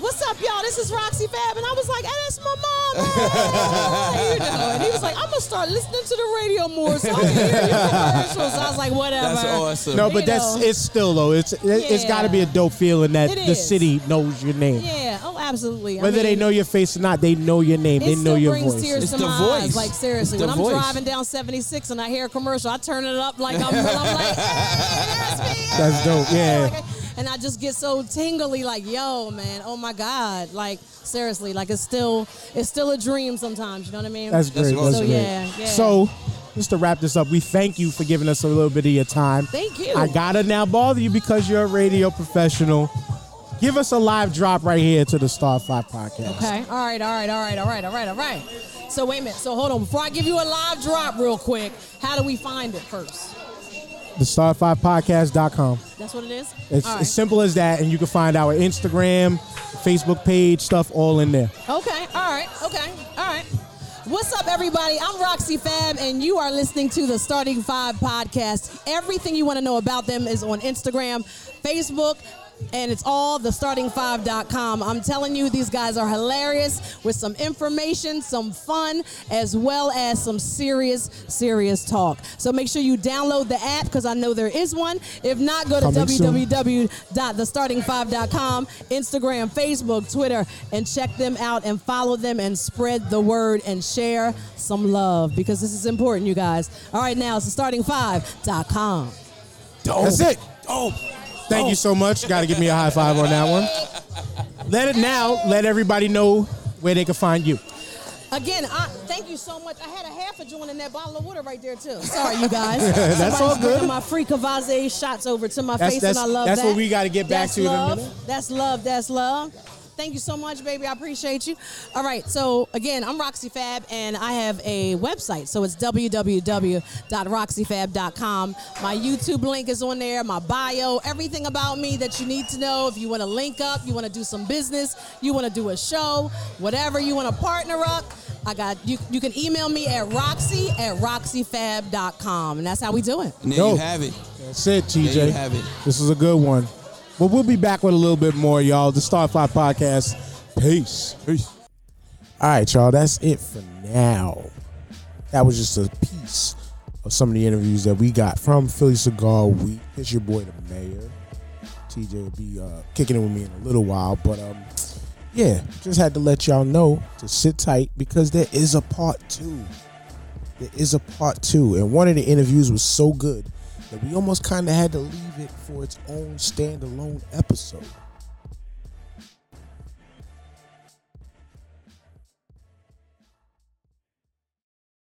S10: "What's up, y'all? This is Roxy Fab," and I was like, "Hey, that's my
S3: <laughs>
S10: mom." hey." you know, and he was like, "I'm gonna start listening to the radio more so I can hear your commercials." I was like, "Whatever."
S4: That's awesome.
S3: No,
S10: You
S3: but that's
S10: know.
S3: it's still though. It's it, it's
S10: Yeah.
S3: got to be a dope feeling that
S10: It
S3: the
S10: is.
S3: city knows your name.
S10: Yeah. Oh, absolutely. I
S3: Whether they
S10: mean,
S3: know your face or not, they know your name.
S10: It
S3: They know
S10: still
S3: your
S10: brings
S3: voice.
S10: tears
S4: It's
S10: to
S4: the
S10: my
S4: voice.
S10: eyes. Like seriously,
S4: It's the
S10: when I'm
S4: voice.
S10: driving down 76 and I hear a commercial, I turn it up like I'm, I'm like, hey, that's me.
S3: That's dope, yeah.
S10: Like, and I just get so tingly, like, yo, man, oh my god, like seriously, like it's still it's still a dream sometimes. You know what I mean?
S3: That's great.
S4: awesome.
S3: That's
S10: So,
S3: great.
S10: yeah, yeah.
S3: So, just to wrap this up, we thank you for giving us a little bit of your time.
S10: Thank you.
S3: I gotta now bother you because you're a radio professional. Give us a live drop right here to the Star Five podcast.
S10: Okay. All right. All right. All right. All right. All right. All right. So wait a minute. So hold on. Before I give you a live drop, real quick, how do we find it first?
S3: The Star Five podcast.com.
S10: That's what it is.
S3: It's
S10: all right.
S3: as simple as that, and you can find our Instagram, Facebook page, stuff all in there.
S10: Okay, all right, okay, all right. What's up, everybody? I'm Roxy Fab, and you are listening to the Starting Five podcast. Everything you want to know about them is on Instagram, Facebook, and it's all thestarting5.com. I'm telling you, these guys are hilarious with some information, some fun, as well as some serious, serious talk. So make sure you download the app because I know there is one. If not, go to
S3: Coming soon.
S10: www www.thestarting5.com, Instagram, Facebook, Twitter, and check them out and follow them and spread the word and share some love because this is important, you guys. All right, now it's thestarting5.com.
S3: That's it.
S4: Oh,
S3: Thank you so much. Got to give me a high five on that one. Let it now. Let everybody know where they can find you.
S10: Again, I, thank you so much. I had a half a joint in that bottle of water right there too. Sorry, you
S3: <laughs>
S10: guys. Somebody's
S3: all good.
S10: bringing My free Cavaze shots over to my
S3: That's-
S10: face,
S3: that's-
S10: and I love
S3: that's
S10: that.
S3: what we gotta get back
S10: That's
S3: to in a
S10: Love.
S3: minute.
S10: That's love. That's love. Thank you so much, baby. I appreciate you. All right. So again, I'm Roxy Fab, and I have a website. So it's www.roxyfab.com. My YouTube link is on there. My bio, everything about me that you need to know. If you want to link up, you want to do some business, you want to do a show, whatever you want to partner up. I got you. You can email me at roxy at roxyfab.com, and that's how we do it.
S4: and there
S3: Dope.
S4: you have it.
S3: That's it, TJ.
S4: There you have it.
S3: This is a good one. But we'll be back with a little bit more, y'all. The Starfly Podcast. Peace. Peace. All right, y'all. That's it for now. That was just a piece of some of the interviews that we got from Philly Cigar Week. It's your boy, the mayor. TJ will be uh, kicking it with me in a little while, but um, yeah, just had to let y'all know to sit tight because there is a part two. There is a part two, and one of the interviews was so good that we almost kind of had to leave it for its own standalone episode.